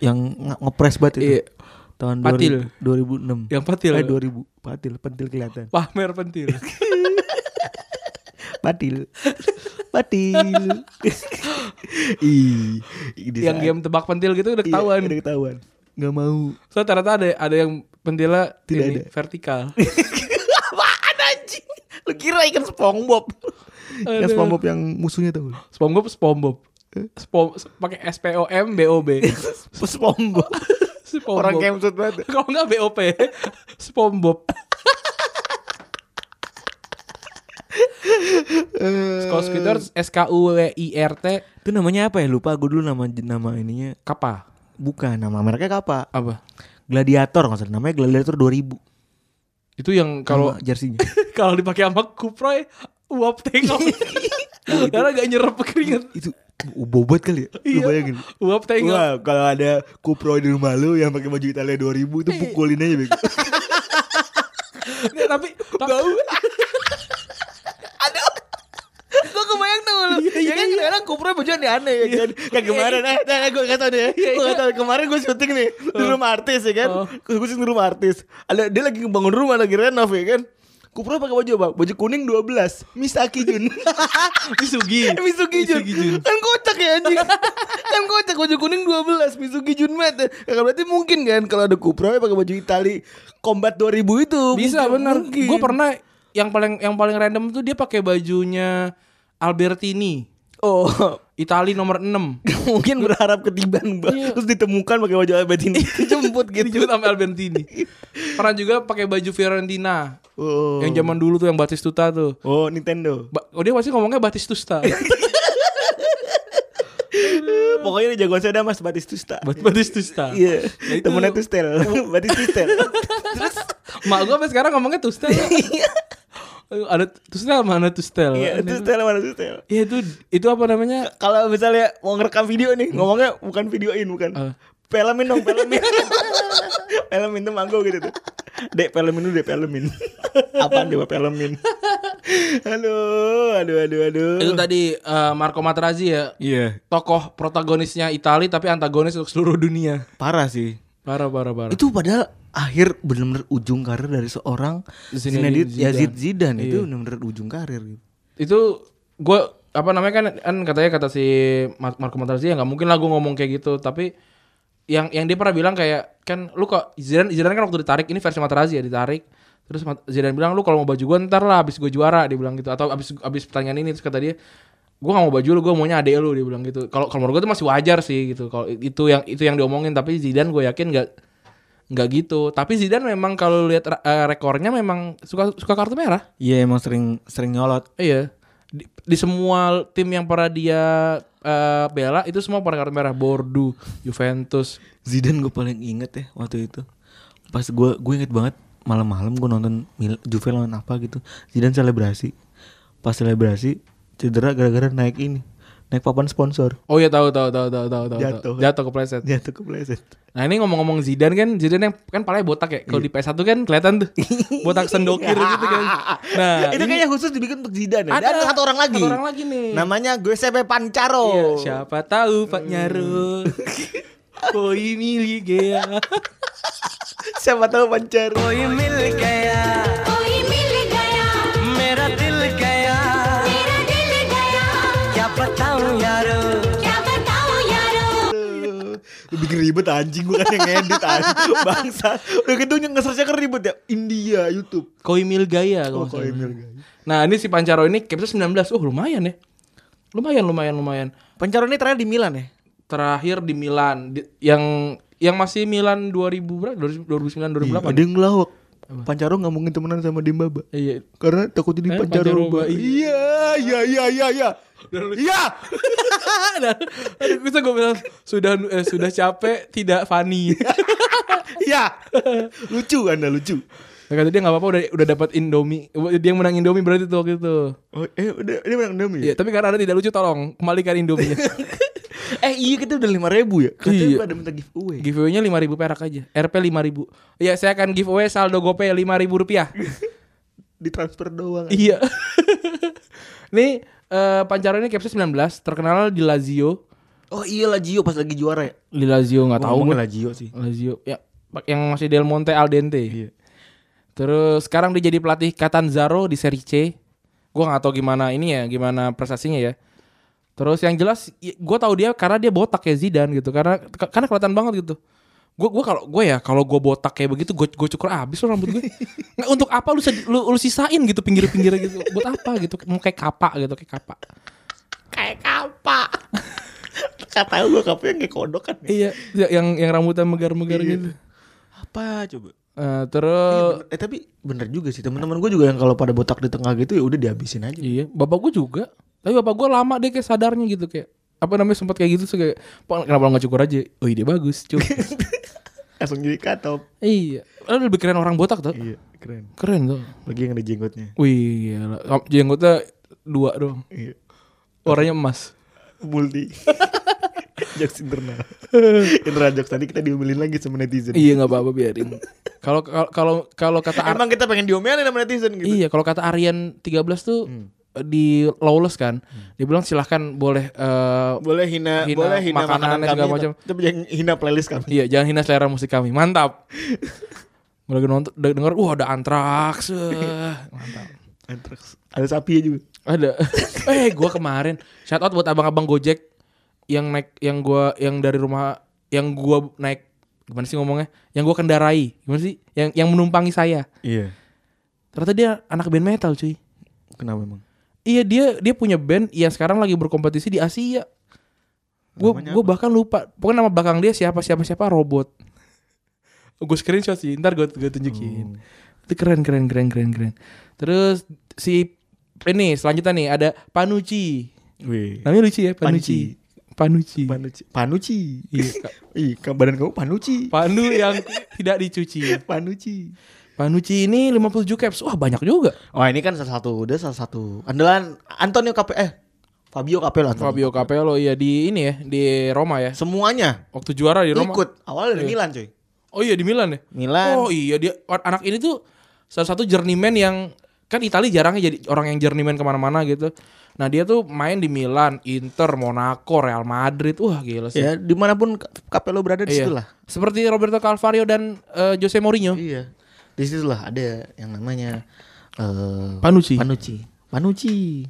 [SPEAKER 2] Yang nge- ngepres banget itu.
[SPEAKER 3] Iya.
[SPEAKER 2] Tahun
[SPEAKER 3] Patil.
[SPEAKER 2] 2000, 2006.
[SPEAKER 3] yang patil.
[SPEAKER 2] Eh 2000 patil pentil kelihatan.
[SPEAKER 3] Pamer pentil.
[SPEAKER 2] Patil. Patil. Ih, di
[SPEAKER 3] yang
[SPEAKER 2] saat-
[SPEAKER 3] game tebak pentil gitu udah
[SPEAKER 2] Iya,
[SPEAKER 3] ketahuan.
[SPEAKER 2] udah ketahuan. Gak mau.
[SPEAKER 3] so ternyata ada ada yang pentilnya
[SPEAKER 2] Tidak
[SPEAKER 3] ini
[SPEAKER 2] ada.
[SPEAKER 3] vertikal.
[SPEAKER 2] Apaan anjing? Lu kira ikan SpongeBob? Ikan
[SPEAKER 3] Aduh.
[SPEAKER 2] SpongeBob yang musuhnya tahu. lu?
[SPEAKER 3] SpongeBob SpongeBob. Spom pakai S P O M B O B.
[SPEAKER 2] SpongeBob.
[SPEAKER 3] SpongeBob.
[SPEAKER 2] Orang kemsut banget.
[SPEAKER 3] kalau nggak BOP SpongeBob Skoskuter S K U W I R T
[SPEAKER 2] Itu namanya apa ya? Lupa gue dulu nama nama ininya.
[SPEAKER 3] Kappa
[SPEAKER 2] Bukan nama mereknya apa?
[SPEAKER 3] apa
[SPEAKER 2] Gladiator nggak salah. Namanya Gladiator 2000.
[SPEAKER 3] itu yang kalau
[SPEAKER 2] Nama jersinya.
[SPEAKER 3] kalau dipakai sama Kuproy uap tengok karena gak nyerap keringet
[SPEAKER 2] itu bobot kali ya? Lu bayangin.
[SPEAKER 3] uap Iya. tengok
[SPEAKER 2] Wah, kalau ada kupro di rumah lu yang pakai baju Italia 2000
[SPEAKER 3] Iya.
[SPEAKER 2] itu pukulin aja Bego.
[SPEAKER 3] Nggak, tapi bau
[SPEAKER 2] Gue kebayang tau lu
[SPEAKER 3] Iya,
[SPEAKER 2] Ya kan kadang kuproy baju aneh-aneh ya kan Kayak kemarin Eh nah, gue gak tau
[SPEAKER 3] Iya,
[SPEAKER 2] deh Gue gak tau Kemarin gue syuting nih Di
[SPEAKER 3] Oh.
[SPEAKER 2] rumah artis ya kan Gue syuting di rumah artis ada Dia lagi bangun rumah Lagi renov ya kan Kupro pakai baju apa? Baju kuning 12 Misaki Jun
[SPEAKER 3] Misugi
[SPEAKER 2] Misugi Eh, Jun
[SPEAKER 3] Misugi Jun.
[SPEAKER 2] Kan kocak ya anjing Kan kocak baju kuning 12 Misugi Jun mat ya, kan, Berarti mungkin kan Kalau ada Kupro pakai baju Itali Combat 2000 itu
[SPEAKER 3] bisa
[SPEAKER 2] Mungkin-
[SPEAKER 3] benar
[SPEAKER 2] Oh, mungkin.
[SPEAKER 3] gue pernah yang paling yang paling random tuh dia pakai bajunya Albertini
[SPEAKER 2] Oh,
[SPEAKER 3] Itali nomor 6
[SPEAKER 2] mungkin berharap ketiban Mbak.
[SPEAKER 3] Iya.
[SPEAKER 2] terus ditemukan pakai wajah Albertini dijemput gitu.
[SPEAKER 3] dijemput sama Albertini pernah juga pakai baju Fiorentina
[SPEAKER 2] Oh.
[SPEAKER 3] yang zaman dulu tuh yang Batistuta tuh
[SPEAKER 2] Oh, Nintendo.
[SPEAKER 3] Ba- oh dia pasti ngomongnya Batistuta
[SPEAKER 2] Pokoknya di jagoan saya ada Mas Batistusta.
[SPEAKER 3] Bat- Batistuta
[SPEAKER 2] Iya,
[SPEAKER 3] Nah, itu- Oh.
[SPEAKER 2] temennya Tustel. Batistustel.
[SPEAKER 3] mak gue sampai sekarang ngomongnya Tustel Aduh, ada Tustel mana Tustel
[SPEAKER 2] Iya, Tustel mana Tustel?
[SPEAKER 3] Iya itu itu apa namanya
[SPEAKER 2] Kalau misalnya mau ngerekam video nih, ngomongnya bukan videoin, bukan.
[SPEAKER 3] Eh.
[SPEAKER 2] Pelemin dong, pelemin. pelemin tuh manggo gitu tuh. Dek, pelemin dulu, dek, pelemin. Apaan dia pelemin? Aduh, aduh, aduh, aduh.
[SPEAKER 3] itu tadi eh, Marco Materazzi ya
[SPEAKER 2] Iya.
[SPEAKER 3] tokoh protagonisnya Itali tapi antagonis untuk seluruh dunia
[SPEAKER 2] Parah sih.
[SPEAKER 3] parah parah parah
[SPEAKER 2] Itu padahal akhir bener-bener ujung karir dari seorang Zinedine
[SPEAKER 3] Zinedine Zidane.
[SPEAKER 2] Yazid Zidane Iya. itu bener-bener ujung karir gitu.
[SPEAKER 3] itu gue apa namanya kan kan katanya kata si Mar- Marco Materazzi ya nggak mungkin lah gue ngomong kayak gitu tapi yang yang dia pernah bilang kayak kan lu kok Zidane Zidane kan waktu ditarik ini versi Materazzi ya ditarik terus Mat- Zidane bilang lu kalau mau baju gue ntar lah abis gue juara dia bilang gitu atau abis abis pertanyaan ini terus kata dia gue gak mau baju lu gue maunya adek lu dia bilang gitu kalau kalau menurut gue itu masih wajar sih gitu kalau itu yang itu yang diomongin tapi Zidane gue yakin nggak nggak gitu tapi Zidane memang kalau lu lihat ra- eh, rekornya memang suka suka kartu merah
[SPEAKER 2] Iya emang sering sering nyolot.
[SPEAKER 3] Iya. Di, di semua tim yang pernah dia eh, bela itu semua pernah kartu merah Bordeaux, Juventus.
[SPEAKER 2] Zidane gue paling inget ya waktu itu. Pas gue gue inget banget malam-malam gue nonton Mil- Juve lawan apa gitu. Zidane selebrasi. Pas selebrasi cedera gara-gara naik ini. Naik papan sponsor.
[SPEAKER 3] Oh iya tahu tahu tahu tahu tahu tahu.
[SPEAKER 2] Jatuh.
[SPEAKER 3] tahu. Jatuh kepleset.
[SPEAKER 2] Jatuh kepleset.
[SPEAKER 3] Nah, ini ngomong-ngomong Zidane kan, Zidane yang kan palanya botak ya. Kalau di
[SPEAKER 2] Iya.
[SPEAKER 3] PS1 kan kelihatan tuh botak sendokir gitu kan. Nah,
[SPEAKER 2] itu
[SPEAKER 3] ini-
[SPEAKER 2] kayaknya khusus dibikin untuk Zidane ya.
[SPEAKER 3] Ada.
[SPEAKER 2] Dan satu orang lagi.
[SPEAKER 3] Satu orang lagi nih.
[SPEAKER 2] Namanya Giuseppe Pancaro.
[SPEAKER 3] Iya, siapa tahu
[SPEAKER 2] Hmm.
[SPEAKER 3] Pak Nyaro. Koi milik ya.
[SPEAKER 2] Siapa tahu Pancaro.
[SPEAKER 3] Oh, iya.
[SPEAKER 4] कोई मिल गया मेरा दिल गया मेरा दिल गया क्या बताऊं यारो क्या बताऊं यारो
[SPEAKER 2] Lebih ribet anjing gue kan yang ngedit anjing Bangsa Udah gitu nge-searchnya kan ribet ya India Youtube
[SPEAKER 3] Koi mil gaya
[SPEAKER 2] Oh,
[SPEAKER 3] kalau nggak salah. Nah, ini si Pancaro ini capsnya 19. Oh, lumayan ya. Lumayan, lumayan, lumayan.
[SPEAKER 2] Pancaro ini terakhir di Milan ya
[SPEAKER 3] terakhir di Milan Di- yang yang masih Milan 2000 berapa 2009
[SPEAKER 2] Iya,
[SPEAKER 3] 2008
[SPEAKER 2] Ada yang ngelawak. Pancaro nggak mungkin temenan sama Dembaba.
[SPEAKER 3] iya
[SPEAKER 2] Karena takut jadi
[SPEAKER 3] Eh,
[SPEAKER 2] Pancaro.
[SPEAKER 3] Pancaroba,
[SPEAKER 2] Ba- Iya, iya, iya, iya, iya. Iya.
[SPEAKER 3] Nah, aduh, bisa gue bilang sudah eh, sudah capek tidak funny
[SPEAKER 2] Iya. Lucu Anda lucu.
[SPEAKER 3] nah, kata dia nggak apa-apa udah udah dapat Indomie dia yang menang Indomie berarti tuh waktu itu
[SPEAKER 2] Oh, eh, udah, ini menang Demi
[SPEAKER 3] Iya, tapi karena anda tidak lucu tolong kembalikan Indomie
[SPEAKER 2] Eh, iya kita udah lima ribu ya. Katanya
[SPEAKER 3] Iya.
[SPEAKER 2] pada minta giveaway.
[SPEAKER 3] giveaway-nya 5000 perak aja RP 5000 iya saya akan giveaway saldo GoPay 5000 rupiah
[SPEAKER 2] Ditransfer doang.
[SPEAKER 3] Iya. Nih eh Pancaro ini capsnya 19, terkenal di Lazio.
[SPEAKER 2] Oh iya Lazio pas lagi juara ya.
[SPEAKER 3] Di Lazio nggak tahu gue.
[SPEAKER 2] Lazio sih.
[SPEAKER 3] Lazio ya pak- yang masih Del Monte Al Dente.
[SPEAKER 2] Iya.
[SPEAKER 3] Terus sekarang dia jadi pelatih Catanzaro di Serie C. Gua nggak tahu gimana ini ya, gimana prestasinya ya. Terus yang jelas i- gua tahu dia karena dia botak ya Zidane gitu. Karena ka- karena kelihatan banget gitu. Gue gua kalau gue ya kalau gue botak kayak begitu gue gue cukur abis lo rambut gue. Nggak, untuk apa lu, sed- lu lu sisain gitu pinggir-pinggirnya gitu. Buat apa gitu? Mau kayak kapak gitu, kayak kapak.
[SPEAKER 2] Kayak kapak. Kata gue kapaknya kayak kodok kan. ya.
[SPEAKER 3] Iya, yang yang rambutnya megar-megar
[SPEAKER 2] Iya.
[SPEAKER 3] gitu.
[SPEAKER 2] Apa coba?
[SPEAKER 3] Eh,
[SPEAKER 2] Iya,
[SPEAKER 3] terus
[SPEAKER 2] bener. eh tapi bener juga sih teman-teman gue juga yang kalau pada botak di tengah gitu ya udah dihabisin aja.
[SPEAKER 3] Iya, bapak gue juga. Tapi bapak gue lama deh kayak sadarnya gitu kayak apa namanya sempat kayak gitu so kayak "Pak, kenapa lo gak cukur aja? Oh ide bagus cuy.
[SPEAKER 2] Langsung jadi katop.
[SPEAKER 3] iya, lo lebih keren orang botak tuh.
[SPEAKER 2] Iya, keren.
[SPEAKER 3] Keren tuh.
[SPEAKER 2] Lagi yang ada jenggotnya.
[SPEAKER 3] Wih, gila. Kam- Jenggotnya dua doang.
[SPEAKER 2] Iya.
[SPEAKER 3] Warnanya emas.
[SPEAKER 2] Multi. jokes internal. internal jokes tadi kita diomelin lagi sama netizen.
[SPEAKER 3] iya nggak apa-apa biarin. Kalau kalau- kalau kalau kata Ar-
[SPEAKER 2] Emang kita pengen diomelin sama netizen gitu.
[SPEAKER 3] iya kalau kata Aryan 13 tuh eh, di lawless kan, dibilang silahkan boleh eh,
[SPEAKER 2] Boleh hina,
[SPEAKER 3] Hina
[SPEAKER 2] boleh hina
[SPEAKER 3] makanan
[SPEAKER 2] makanan,
[SPEAKER 3] dan segala
[SPEAKER 2] kami.
[SPEAKER 3] macam.
[SPEAKER 2] Tapi jangan hina playlist kami.
[SPEAKER 3] Iya, jangan hina selera musik kami. Mantap. Mulai nonton, de- denger, wah ada antraks. Mantap.
[SPEAKER 2] Antrax. Ada sapi ya juga.
[SPEAKER 3] Ada. eh, gua kemarin shout out buat abang-abang Gojek yang naik yang gua yang dari rumah yang gua naik gimana sih ngomongnya? Yang gua kendarai. Gimana sih? Yang yang menumpangi saya.
[SPEAKER 2] Iya.
[SPEAKER 3] Ternyata dia anak band metal, cuy.
[SPEAKER 2] Kenapa emang?
[SPEAKER 3] Iya dia dia punya band yang sekarang lagi berkompetisi di Asia. Gue gue bahkan lupa. Pokoknya nama belakang dia siapa siapa siapa robot. Gue screenshot sih. Ntar gue gue tunjukin. Itu keren keren keren keren keren. Terus si ini selanjutnya nih ada Panucci.
[SPEAKER 2] Wih.
[SPEAKER 3] Namanya lucu ya Panucci. Panucci.
[SPEAKER 2] Panuci. Panuci.
[SPEAKER 3] Iya.
[SPEAKER 2] Ih, ke- badan kamu Panuci.
[SPEAKER 3] Panu yang tidak dicuci. ya.
[SPEAKER 2] Panuci.
[SPEAKER 3] Panucci ini 57 caps. Wah banyak juga.
[SPEAKER 2] Oh, ini kan salah satu udah salah satu andalan Antonio Cape eh Fabio Capello. Antonio.
[SPEAKER 3] Fabio Capello ya di ini ya di Roma ya.
[SPEAKER 2] Semuanya
[SPEAKER 3] Waktu juara di Roma.
[SPEAKER 2] ikut. Awalnya dari Milan, cuy.
[SPEAKER 3] Oh iya di Milan ya.
[SPEAKER 2] Milan.
[SPEAKER 3] Oh iya dia anak ini tuh salah satu journeyman yang kan Italia jarang ya jadi orang yang journeyman kemana-mana gitu. Nah dia tuh main di Milan, Inter, Monaco, Real Madrid. Wah gila sih.
[SPEAKER 2] Ya, dimanapun Ka- Capello berada di
[SPEAKER 3] Iya.
[SPEAKER 2] situ lah.
[SPEAKER 3] Seperti Roberto Calvario dan eh, Jose Mourinho.
[SPEAKER 2] Iya. Di situ lah ada yang namanya eh
[SPEAKER 3] Panucci.
[SPEAKER 2] Panuci. Panuci.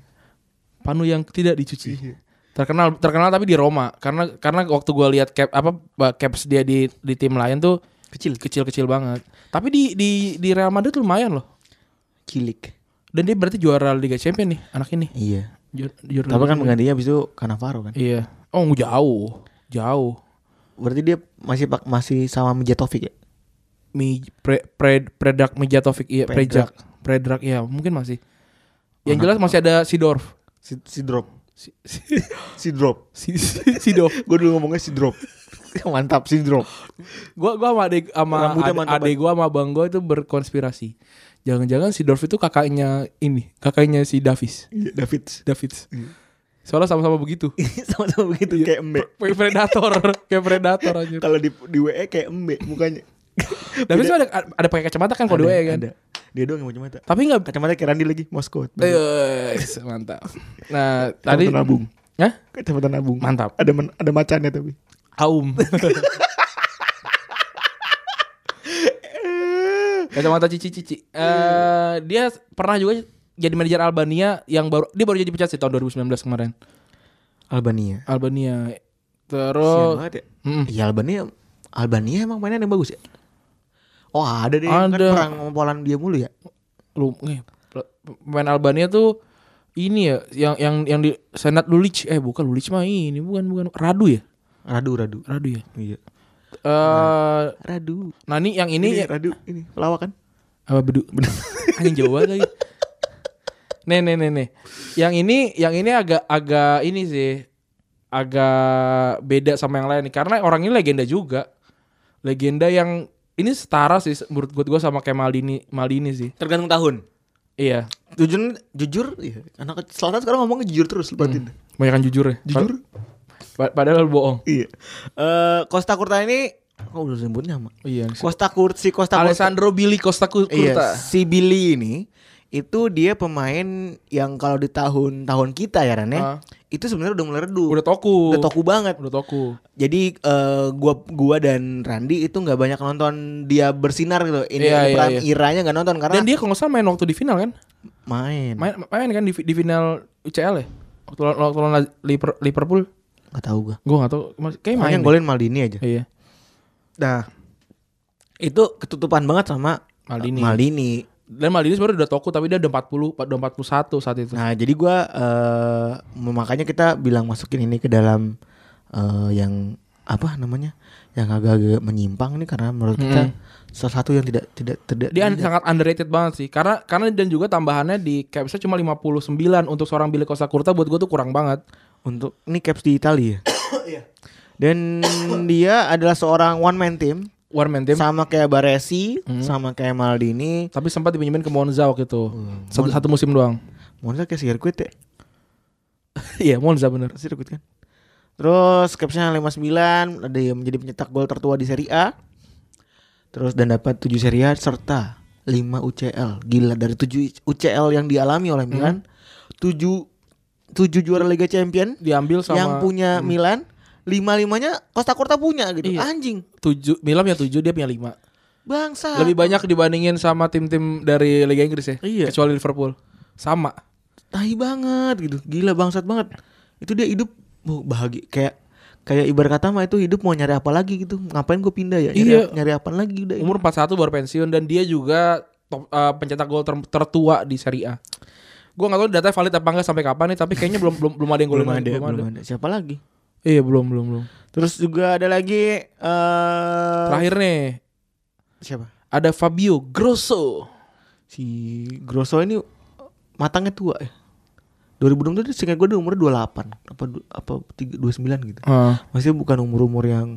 [SPEAKER 3] Panu yang tidak dicuci. Terkenal terkenal tapi di Roma karena karena waktu gua lihat cap apa caps dia di di tim lain tuh
[SPEAKER 2] Kecil.
[SPEAKER 3] kecil-kecil banget. Tapi di di di Real Madrid lumayan loh.
[SPEAKER 2] Cilik.
[SPEAKER 3] Dan dia berarti juara Liga Champion nih anak ini.
[SPEAKER 2] Iya.
[SPEAKER 3] Ju- juara
[SPEAKER 2] Tapi
[SPEAKER 3] Liga
[SPEAKER 2] kan penggantinya abis itu Cannavaro kan.
[SPEAKER 3] Iya. Oh jauh, jauh.
[SPEAKER 2] Berarti dia masih pak- masih sama Mijatovic ya?
[SPEAKER 3] Mi pre, pre, Predak Mijatovic iya
[SPEAKER 2] Predrag.
[SPEAKER 3] Predak. Predak ya mungkin masih. Yang jelas masih ada Sidorf.
[SPEAKER 2] Si, si drop.
[SPEAKER 3] Si, si,
[SPEAKER 2] Si drop.
[SPEAKER 3] si- si- Sidorf.
[SPEAKER 2] Gue dulu ngomongnya si drop. Mantap si drop.
[SPEAKER 3] Gua gua sama adek sama
[SPEAKER 2] Rambutnya
[SPEAKER 3] ade,
[SPEAKER 2] mantap eh.
[SPEAKER 3] adek gua sama abang gua itu berkonspirasi. Jangan-jangan Sidorf itu kakaknya ini, kakaknya si Davis.
[SPEAKER 2] Iya, David.
[SPEAKER 3] Davids.
[SPEAKER 2] Hmm.
[SPEAKER 3] Soalnya sama-sama begitu.
[SPEAKER 2] Sama-sama begitu Iya, kayak embe.
[SPEAKER 3] Kayak predator, kayak predator anjir.
[SPEAKER 2] Kalau di di WE kayak embe mukanya.
[SPEAKER 3] Davids tuh ada ada pakai kacamata kan kalau di WA kan.
[SPEAKER 2] Ada. Dia doang yang Eh. kacamata.
[SPEAKER 3] Tapi enggak
[SPEAKER 2] Kacamata kayak Randy lagi Moskow.
[SPEAKER 3] Yes, mantap. Nah, tadi
[SPEAKER 2] nabung.
[SPEAKER 3] Hah?
[SPEAKER 2] Kacamata nabung.
[SPEAKER 3] Mantap.
[SPEAKER 2] Ada men- ada macannya tapi.
[SPEAKER 3] Aum. Kacamata cici-cici. Eh dia pernah juga jadi manajer Albania yang baru dia baru jadi pecat sih tahun 2019 kemarin.
[SPEAKER 2] Albania.
[SPEAKER 3] Albania.
[SPEAKER 2] Sian
[SPEAKER 3] Terus
[SPEAKER 2] banget ya.
[SPEAKER 3] Eh, Mm-mm.
[SPEAKER 2] Iya Albania. Albania emang mainnya ada yang bagus ya? Oh ada deh kan
[SPEAKER 3] Ada.
[SPEAKER 2] perang sama Polandia mulu ya.
[SPEAKER 3] lu eh, pemain Albania tuh ini ya yang yang yang di Senat Lulic eh bukan Lulic mah ini bukan bukan Radu ya?
[SPEAKER 2] Radu Radu.
[SPEAKER 3] Radu ya.
[SPEAKER 2] Iya.
[SPEAKER 3] Eh
[SPEAKER 2] Radu.
[SPEAKER 3] nah ini yang ini,
[SPEAKER 2] Ini, Radu ini pelawak kan?
[SPEAKER 3] apa bedu anjing jauh banget lagi nih nih nih nih yang ini yang ini agak agak ini sih agak beda sama yang lain nih karena orang ini legenda juga legenda yang ini setara sih menurut gue gua sama kayak Maldini Maldini sih
[SPEAKER 2] Tergantung tahun.
[SPEAKER 3] iya
[SPEAKER 2] Jujur jujur iya. Anak kecil- selatan sekarang ngomongnya jujur terus perhatiin.
[SPEAKER 3] kebanyakan jujur ya
[SPEAKER 2] Jujur.
[SPEAKER 3] Pa- padahal bohong
[SPEAKER 2] Iya. Eh Costa Curta ini kok udah sebutnya sama.
[SPEAKER 3] iya
[SPEAKER 2] Costa Curta si Costa Curta.
[SPEAKER 3] Alessandro Billy Costa Cu-
[SPEAKER 2] Iya,
[SPEAKER 3] Curta
[SPEAKER 2] si Billy ini itu dia pemain yang kalau di tahun-tahun kita ya Ran ya,
[SPEAKER 3] Ah.
[SPEAKER 2] itu sebenarnya udah mulai redup.
[SPEAKER 3] udah toku
[SPEAKER 2] Udah toku banget.
[SPEAKER 3] udah toku
[SPEAKER 2] Jadi eh, gua gua dan Randi itu nggak banyak nonton dia bersinar gitu. Ini
[SPEAKER 3] Iya, iya,
[SPEAKER 2] peran
[SPEAKER 3] iya.
[SPEAKER 2] Iranya nggak nonton karena
[SPEAKER 3] dan dia kalau nggak salah main waktu di final kan
[SPEAKER 2] main.
[SPEAKER 3] main main kan di, di final UCL ya waktu lawan- waktu lawan Liver- Liverpool
[SPEAKER 2] Nggak tahu gua.
[SPEAKER 3] gue gak tau kayak
[SPEAKER 2] Main gitu ya?
[SPEAKER 3] main
[SPEAKER 2] yang
[SPEAKER 3] deh.
[SPEAKER 2] golin Maldini aja.
[SPEAKER 3] iya
[SPEAKER 2] Nah, itu ketutupan banget sama
[SPEAKER 3] Maldini.
[SPEAKER 2] eh, Maldini.
[SPEAKER 3] dan Maldini sebenarnya udah toko tapi dia udah 40 udah 41 saat itu
[SPEAKER 2] Nah, jadi gua eh makanya kita bilang masukin ini ke dalam eh, yang apa namanya? Yang agak-agak menyimpang nih karena menurut kita salah satu yang tidak tidak tidak
[SPEAKER 3] dia
[SPEAKER 2] tidak-
[SPEAKER 3] sangat underrated banget sih karena karena dan juga tambahannya di capsnya cuma 59 untuk seorang Billy Costa Curta buat gue tuh kurang banget
[SPEAKER 2] untuk ini caps di Italia. Dan dia adalah seorang one man team,
[SPEAKER 3] one man team
[SPEAKER 2] sama kayak Baresi,
[SPEAKER 3] Hmm.
[SPEAKER 2] sama kayak Maldini.
[SPEAKER 3] tapi sempat dipinjemin ke Monza waktu itu
[SPEAKER 2] Hmm,
[SPEAKER 3] satu, satu musim doang
[SPEAKER 2] Monza kayak sirkuit ya,
[SPEAKER 3] iya Monza bener
[SPEAKER 2] sirkuit kan. Terus capsnya 59 ada yang menjadi pencetak gol tertua di Serie A. Terus dan dapat 7 Serie A serta 5 UCL. Gila dari 7 UCL yang dialami oleh
[SPEAKER 3] Hmm.
[SPEAKER 2] Milan, 7 7 juara Liga Champion
[SPEAKER 3] diambil sama Hmm.
[SPEAKER 2] yang punya Milan, lima-limanya Costa Curta punya gitu.
[SPEAKER 3] Iya.
[SPEAKER 2] Anjing,
[SPEAKER 3] tujuh Milan punya tujuh dia punya lima
[SPEAKER 2] bangsa.
[SPEAKER 3] lebih banyak dibandingin sama tim-tim dari Liga Inggris ya
[SPEAKER 2] Iya.
[SPEAKER 3] kecuali Liverpool sama
[SPEAKER 2] tai banget gitu gila bangsat banget itu dia hidup oh, bahagia kayak kayak ibarat kata mah itu hidup mau nyari apa lagi gitu ngapain gue pindah ya nyari,
[SPEAKER 3] Iya.
[SPEAKER 2] nyari apa lagi udah
[SPEAKER 3] umur 41 baru pensiun dan dia juga top, eh, pencetak gol ter- tertua di Serie A Gue nggak tahu datanya valid apa enggak sampai kapan nih, tapi kayaknya belum belum belum ada yang gue
[SPEAKER 2] belum ada, belum ada. Siapa lagi?
[SPEAKER 3] Iya belum belum belum.
[SPEAKER 2] Terus juga ada lagi eh
[SPEAKER 3] Terakhir nih
[SPEAKER 2] siapa?
[SPEAKER 3] ada Fabio Grosso.
[SPEAKER 2] Si Grosso ini matangnya tua ya. 2006 tuh singkat gue dia umurnya 28 apa du- apa tiga- 29 gitu. Maksudnya bukan umur-umur yang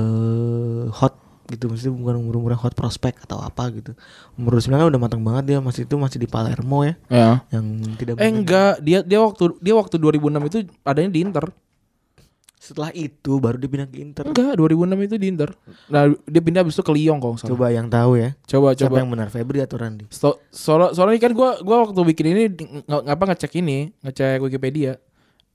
[SPEAKER 2] eh hot gitu maksudnya bukan umur-umur yang hot prospek atau apa gitu. Umur 29 kan udah matang banget dia masih itu masih di Palermo ya
[SPEAKER 3] Ya.
[SPEAKER 2] yang tidak
[SPEAKER 3] Eh enggak, dia dia waktu dia waktu 2006 itu adanya di Inter.
[SPEAKER 2] setelah itu baru dia pindah ke Inter.
[SPEAKER 3] Enggak, 2006 itu di Inter. Nah, dia pindah habis itu ke Lyon kalau nggak salah.
[SPEAKER 2] Coba yang tahu ya.
[SPEAKER 3] Coba
[SPEAKER 2] Siapa
[SPEAKER 3] coba.
[SPEAKER 2] yang benar Febri atau Randi?
[SPEAKER 3] So, soalnya soalnya kan gua gua waktu bikin ini di- nge- ngapa ngecek ini, ngecek Wikipedia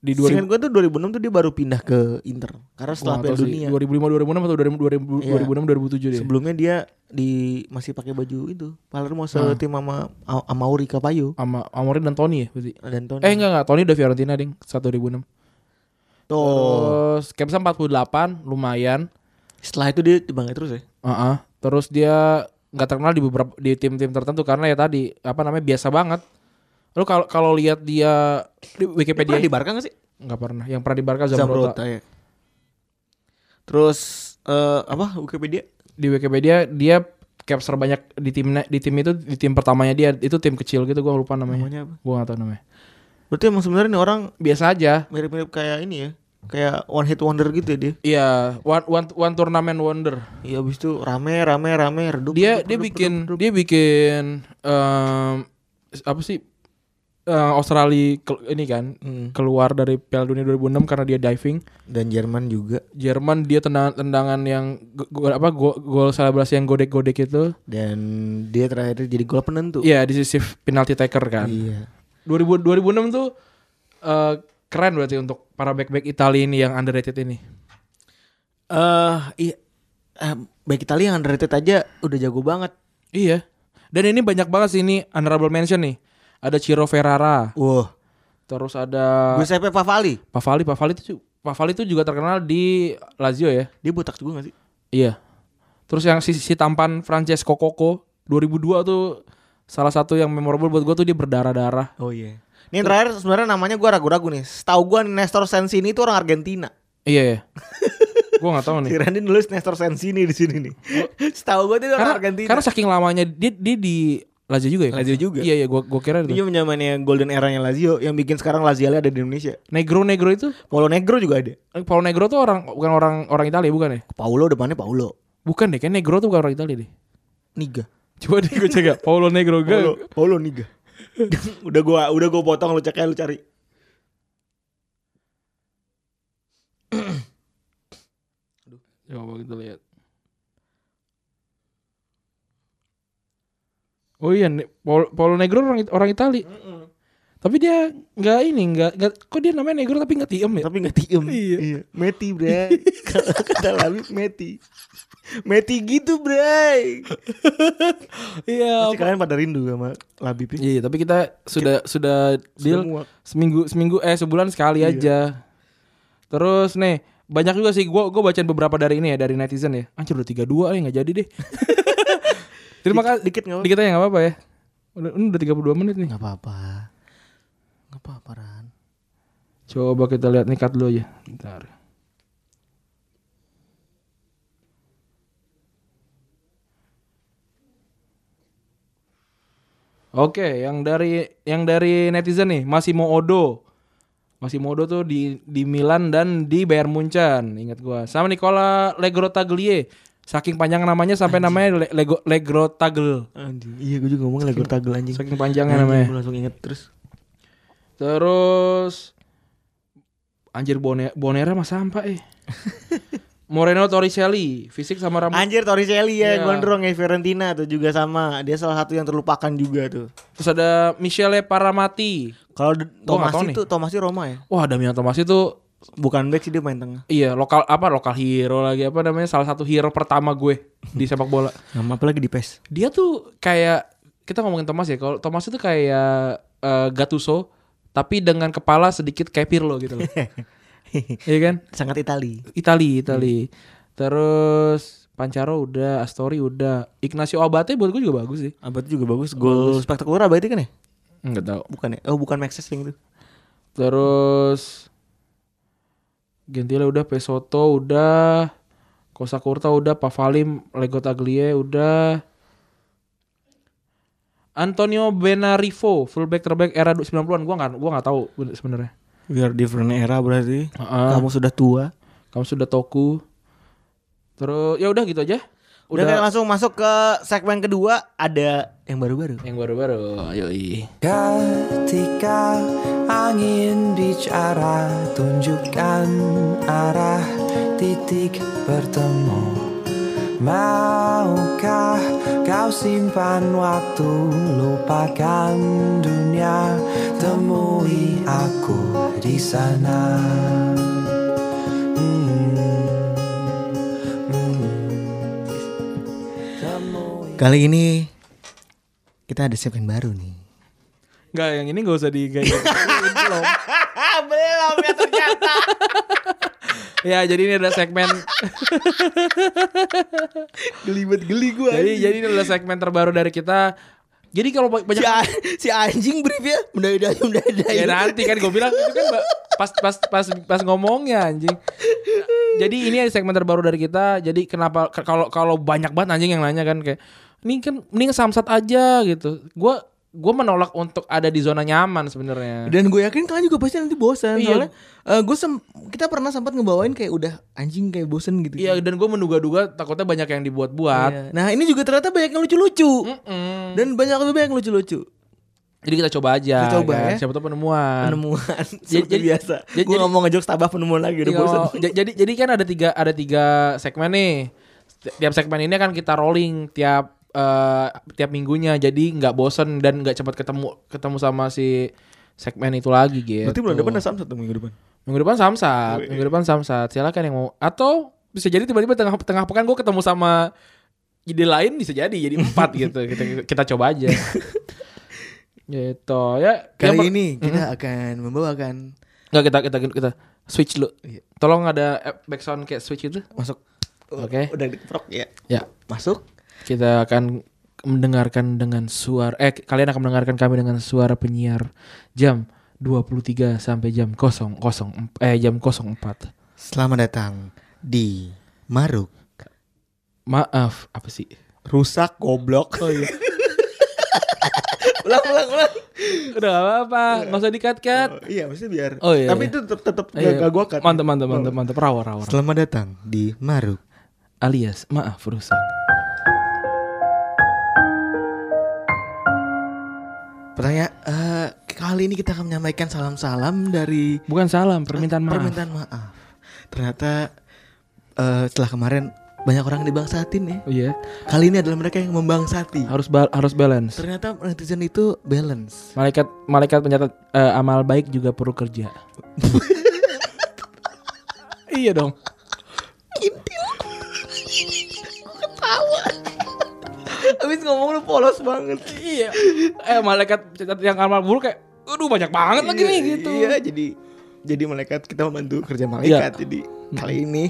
[SPEAKER 3] di 2000
[SPEAKER 2] Seingat gue Kan tuh 2006 tuh dia baru pindah ke Inter karena setelah Piala Dunia.
[SPEAKER 3] 2005 2006 atau 2000,
[SPEAKER 2] Iya.
[SPEAKER 3] 2006 2007 deh.
[SPEAKER 2] Sebelumnya dia di masih pakai baju itu Palermo
[SPEAKER 3] Hmm.
[SPEAKER 2] setim sama A- Amauri Kapayo
[SPEAKER 3] Sama Amorim dan Tony ya berarti.
[SPEAKER 2] dan Tony.
[SPEAKER 3] Eh enggak enggak, Tony udah Fiorentina ding, saat 2006.
[SPEAKER 2] Tuh.
[SPEAKER 3] Terus Kepsa 48 lumayan.
[SPEAKER 2] Setelah itu dia dibangga terus ya.
[SPEAKER 3] Heeh. Terus dia nggak terkenal di beberapa di tim-tim tertentu karena ya tadi apa namanya biasa banget. Lu kalau kalau lihat dia di
[SPEAKER 2] Dia pernah
[SPEAKER 3] Wikipedia
[SPEAKER 2] di Barca gak sih?
[SPEAKER 3] nggak pernah. Yang pernah di Barca
[SPEAKER 2] Zamrota
[SPEAKER 3] Zamrota.
[SPEAKER 2] ya. Terus eh, apa Wikipedia?
[SPEAKER 3] Di Wikipedia dia capture banyak di timnya di tim itu di tim pertamanya dia itu tim kecil gitu gua lupa namanya.
[SPEAKER 2] Namanya apa?
[SPEAKER 3] Gua nggak tahu namanya.
[SPEAKER 2] Berarti emang sebenarnya nih orang
[SPEAKER 3] Biasa aja.
[SPEAKER 2] mirip-mirip kayak ini ya. Kayak one hit wonder gitu ya dia.
[SPEAKER 3] Iya, one, one, one tournament wonder.
[SPEAKER 2] Iya abis itu rame rame rame redup.
[SPEAKER 3] Dia
[SPEAKER 2] redup,
[SPEAKER 3] dia
[SPEAKER 2] redup,
[SPEAKER 3] bikin
[SPEAKER 2] redup, redup.
[SPEAKER 3] dia bikin em, apa sih? eh, Australia kel- ini kan
[SPEAKER 2] Hmm.
[SPEAKER 3] keluar dari Piala Dunia 2006 karena dia diving.
[SPEAKER 2] dan Jerman juga
[SPEAKER 3] Jerman dia tendangan tendangan yang go- go- apa go- gol selebrasi yang godek-godek itu.
[SPEAKER 2] dan dia terakhir jadi gol penentu.
[SPEAKER 3] Iya, di sisi penalty taker kan.
[SPEAKER 2] Iya.
[SPEAKER 3] 2000 2006 tuh eh, keren berarti untuk para back-back Italia ini yang underrated ini.
[SPEAKER 2] Eh, iya. Eh, baik Italia yang underrated aja udah jago banget.
[SPEAKER 3] Iya. Dan ini banyak banget sih ini honorable mention nih. Ada Ciro Ferrara,
[SPEAKER 2] Wah,
[SPEAKER 3] terus ada
[SPEAKER 2] Giuseppe Favali.
[SPEAKER 3] Pavali, Pavali itu Pavali itu juga terkenal di Lazio ya.
[SPEAKER 2] Dia botak juga gak sih?
[SPEAKER 3] Iya. Terus yang si, si tampan Francesco Coco 2002 tuh salah satu yang memorable buat gue tuh dia berdarah-darah.
[SPEAKER 2] Oh iya. Ini yang terakhir sebenarnya namanya gua ragu-ragu nih. Setahu gua Nestor Sensini itu orang Argentina.
[SPEAKER 3] Iya ya. gue nggak tahu nih.
[SPEAKER 2] Si Randy nulis Nestor Sensini di sini nih. Setahu gua dia orang
[SPEAKER 3] Karena,
[SPEAKER 2] Argentina.
[SPEAKER 3] karena saking lamanya dia dia di Lazio juga ya.
[SPEAKER 2] Lazio juga.
[SPEAKER 3] Iya iya. Gue gue kira
[SPEAKER 2] dia
[SPEAKER 3] itu.
[SPEAKER 2] zamannya golden era-nya Lazio yang bikin sekarang Lazio ada di Indonesia.
[SPEAKER 3] Negro Negro itu
[SPEAKER 2] Paulo Negro juga ada.
[SPEAKER 3] eh, Paulo Negro tuh orang bukan orang orang Italia bukan ya?
[SPEAKER 2] Paulo depannya Paulo.
[SPEAKER 3] Bukan deh. Kan Negro tuh bukan orang Italia deh.
[SPEAKER 2] Niga.
[SPEAKER 3] Coba deh gue cek ya. Paulo Negro gue.
[SPEAKER 2] Paulo, Paulo Niga. udah gua udah gua potong lu cek aja lu cari.
[SPEAKER 3] Coba Ya, kita lihat. Oh iya, ne- Paul- Paulo Negro orang orang Itali. Tapi dia nggak ini, nggak nggak kok dia namanya Negro tapi nggak tiem ya?
[SPEAKER 2] Tapi gak diem Iya.
[SPEAKER 3] Iya.
[SPEAKER 2] Meti bray Kalau kata Labib Meti Meti gitu bray
[SPEAKER 3] Iya.
[SPEAKER 2] Pasti
[SPEAKER 3] apa-
[SPEAKER 2] kalian pada rindu sama Labib ya
[SPEAKER 3] Iya, iya, tapi kita sudah sudah deal
[SPEAKER 2] muak.
[SPEAKER 3] seminggu seminggu eh sebulan sekali aja. Terus nih banyak juga sih gue gue bacain beberapa dari ini ya dari netizen ya. Anjir udah 32 ya nggak jadi deh. Terima
[SPEAKER 2] Dikit- dikit nggak apa-apa.
[SPEAKER 3] kasih. Dikit aja nggak apa-apa ya. Udah, ini udah 32 menit nih.
[SPEAKER 2] Gak apa-apa Gak apa-apa Ran
[SPEAKER 3] Coba kita lihat nih cut dulu aja. Bentar. Oke, yang dari yang dari netizen nih, Massimo Odo. Massimo Odo tuh di di Milan dan di Bayern Munchen, ingat gua. Sama Nicola Legrotaglie. Saking panjang namanya sampai namanya Le- Lego Legrotagel.
[SPEAKER 2] Anjing Iya gue juga ngomong lagu tagel anjing
[SPEAKER 3] Saking panjangnya Kan namanya.
[SPEAKER 2] Gue langsung inget terus
[SPEAKER 3] Terus anjir Bone- Bonera mah sampah eh. Moreno Torricelli, fisik sama rambut.
[SPEAKER 2] Anjir Torricelli ya
[SPEAKER 3] Iya.
[SPEAKER 2] Gondrong ya Fiorentina tuh juga sama Dia salah satu yang terlupakan juga tuh
[SPEAKER 3] Terus ada Michele Paramati.
[SPEAKER 2] Kalau D-
[SPEAKER 3] Gua nggak
[SPEAKER 2] Tomasi
[SPEAKER 3] tahu
[SPEAKER 2] tuh Tomasi Roma ya
[SPEAKER 3] Wah, Damian Thomas itu
[SPEAKER 2] Bukan back sih dia main tengah
[SPEAKER 3] iya lokal apa lokal hero lagi apa namanya salah satu hero pertama gue di sepak bola.
[SPEAKER 2] Nama apa lagi di PES
[SPEAKER 3] Dia tuh kayak kita ngomongin Thomas ya. Kalau Thomas itu kayak eh, Gattuso tapi dengan kepala sedikit kayak Pirlo gitu loh. Iya kan?
[SPEAKER 2] Sangat Itali
[SPEAKER 3] Itali, Itali. Terus Pancaro udah, Astori udah, Ignacio Abate buat gue juga bagus sih.
[SPEAKER 2] Abad juga bagus. Gol spektakuler Abad itu kan ya?
[SPEAKER 3] Enggak tahu.
[SPEAKER 2] Bukan ya? Oh bukan Maxes yang itu.
[SPEAKER 3] Terus Gentile udah, Pesoto udah, Kosa Kurta udah, Pavalim, Lego Taglie udah. Antonio Benarifo, fullback terbaik era 90-an. Gua enggak gua enggak tahu sebenarnya.
[SPEAKER 2] We are different era berarti.
[SPEAKER 3] Heeh.
[SPEAKER 2] Kamu sudah tua.
[SPEAKER 3] Kamu sudah toku. Terus ya udah gitu aja.
[SPEAKER 2] Udah,
[SPEAKER 3] Udah,
[SPEAKER 2] kan, langsung masuk ke segmen kedua ada yang baru-baru.
[SPEAKER 3] yang baru-baru. Yoi.
[SPEAKER 5] Ketika angin bicara tunjukkan arah titik bertemu Maukah kau simpan waktu lupakan dunia temui aku di sana Hmm. Hmm. Temui
[SPEAKER 2] Kali ini kita ada segmen baru nih.
[SPEAKER 3] Enggak, yang ini enggak usah digaji.
[SPEAKER 2] Belum ya ternyata.
[SPEAKER 3] ya, jadi ini ada segmen
[SPEAKER 2] Gelibet geli gue.
[SPEAKER 3] jadi jadi ini adalah segmen terbaru dari kita. Jadi kalau ba- banyak
[SPEAKER 2] si, a- si anjing briefnya mendadak mendadak.
[SPEAKER 3] ya nanti kan gue bilang itu kan ba- pas pas pas pas ngomongnya anjing. Jadi ini ada segmen terbaru dari kita. Jadi kenapa ke- kalau kalau banyak banget anjing yang nanya kan kayak ini kan mending samsat aja gitu. Gua gua menolak untuk ada di zona nyaman sebenarnya.
[SPEAKER 2] Dan gue yakin kalian juga pasti nanti bosan
[SPEAKER 3] Iya.
[SPEAKER 2] soalnya eh, gue sem- kita pernah sempat ngebawain kayak udah anjing kayak bosan gitu.
[SPEAKER 3] Iya dan gue menduga-duga takutnya banyak yang dibuat-buat.
[SPEAKER 2] Iya. Nah ini juga ternyata banyak yang lucu-lucu
[SPEAKER 3] Mm.
[SPEAKER 2] dan banyak lebih banyak yang lucu-lucu
[SPEAKER 3] Jadi kita coba aja. kan?
[SPEAKER 2] Kita coba ya.
[SPEAKER 3] Siapa tahu penemuan.
[SPEAKER 2] penemuan
[SPEAKER 3] Nah. Jadi-
[SPEAKER 2] seperti
[SPEAKER 3] jadi-
[SPEAKER 2] biasa. Gue
[SPEAKER 3] jadi- jadi-
[SPEAKER 2] ngomong ngejok tabah penemuan lagi udah
[SPEAKER 3] Iya,
[SPEAKER 2] bosan.
[SPEAKER 3] oh, ja- jadi jadi kan ada tiga ada tiga segmen nih. Seti- Tiap segmen ini akan kita rolling tiap eh, tiap minggunya. Jadi nggak bosen dan nggak cepat ketemu ketemu sama si segmen itu lagi gitu.
[SPEAKER 2] Berarti bulan depan ada samsat tuh minggu depan.
[SPEAKER 3] Minggu depan samsat, minggu depan samsat. Silakan yang mau atau bisa jadi tiba-tiba tengah tengah pekan gue ketemu sama ide lain bisa jadi jadi empat gitu. Kita kita coba aja. gitu ya.
[SPEAKER 2] Kali
[SPEAKER 3] yang per-
[SPEAKER 2] ini kita akan membawakan
[SPEAKER 3] nggak kita kita kita switch dulu. Tolong ada eh, background kayak switch itu.
[SPEAKER 2] Iya. masuk.
[SPEAKER 3] Oke.
[SPEAKER 2] Udah dikeprok ya.
[SPEAKER 3] Ya.
[SPEAKER 2] Masuk.
[SPEAKER 3] Kita akan mendengarkan dengan suara eh kalian akan mendengarkan kami dengan suara penyiar jam 23 sampai jam 00 eh jam 04.
[SPEAKER 2] Selamat datang di Maruk.
[SPEAKER 3] Maaf, apa sih?
[SPEAKER 2] Rusak goblok.
[SPEAKER 3] Oh iya.
[SPEAKER 2] ulang ulang ulang.
[SPEAKER 3] Udah gak apa-apa, enggak usah dikat-kat.
[SPEAKER 2] Iya, mesti biar.
[SPEAKER 3] Oh, iya,
[SPEAKER 2] Tapi
[SPEAKER 3] iya.
[SPEAKER 2] itu tetap tetap
[SPEAKER 3] Iya.
[SPEAKER 2] gak gua kan. Oh. cut.
[SPEAKER 3] Mantap, mantap, mantap, mantap. Rawa, rawa. rawa.
[SPEAKER 2] Selamat datang di Maruk.
[SPEAKER 3] Alias, maaf rusak.
[SPEAKER 2] Pertanyaan eh, kali ini kita akan menyampaikan salam-salam dari
[SPEAKER 3] Bukan salam, permintaan maaf.
[SPEAKER 2] Permintaan maaf. Ternyata eh, setelah kemarin banyak orang yang dibangsatin ya.
[SPEAKER 3] Oh iya,
[SPEAKER 2] Kali ini adalah mereka yang membangsati.
[SPEAKER 3] harus bal- harus balance.
[SPEAKER 2] Ternyata netizen itu balance.
[SPEAKER 3] Malaikat malaikat pencatat eh, amal baik juga perlu kerja. iya dong.
[SPEAKER 2] Abis ngomong lu polos banget.
[SPEAKER 3] Iya. Eh malaikat pencatat yang amal buruk kayak aduh banyak banget lagi nih gitu.
[SPEAKER 2] Iya, jadi jadi malaikat kita membantu kerja malaikat.
[SPEAKER 3] Iya.
[SPEAKER 2] Jadi
[SPEAKER 3] Hmm.
[SPEAKER 2] kali ini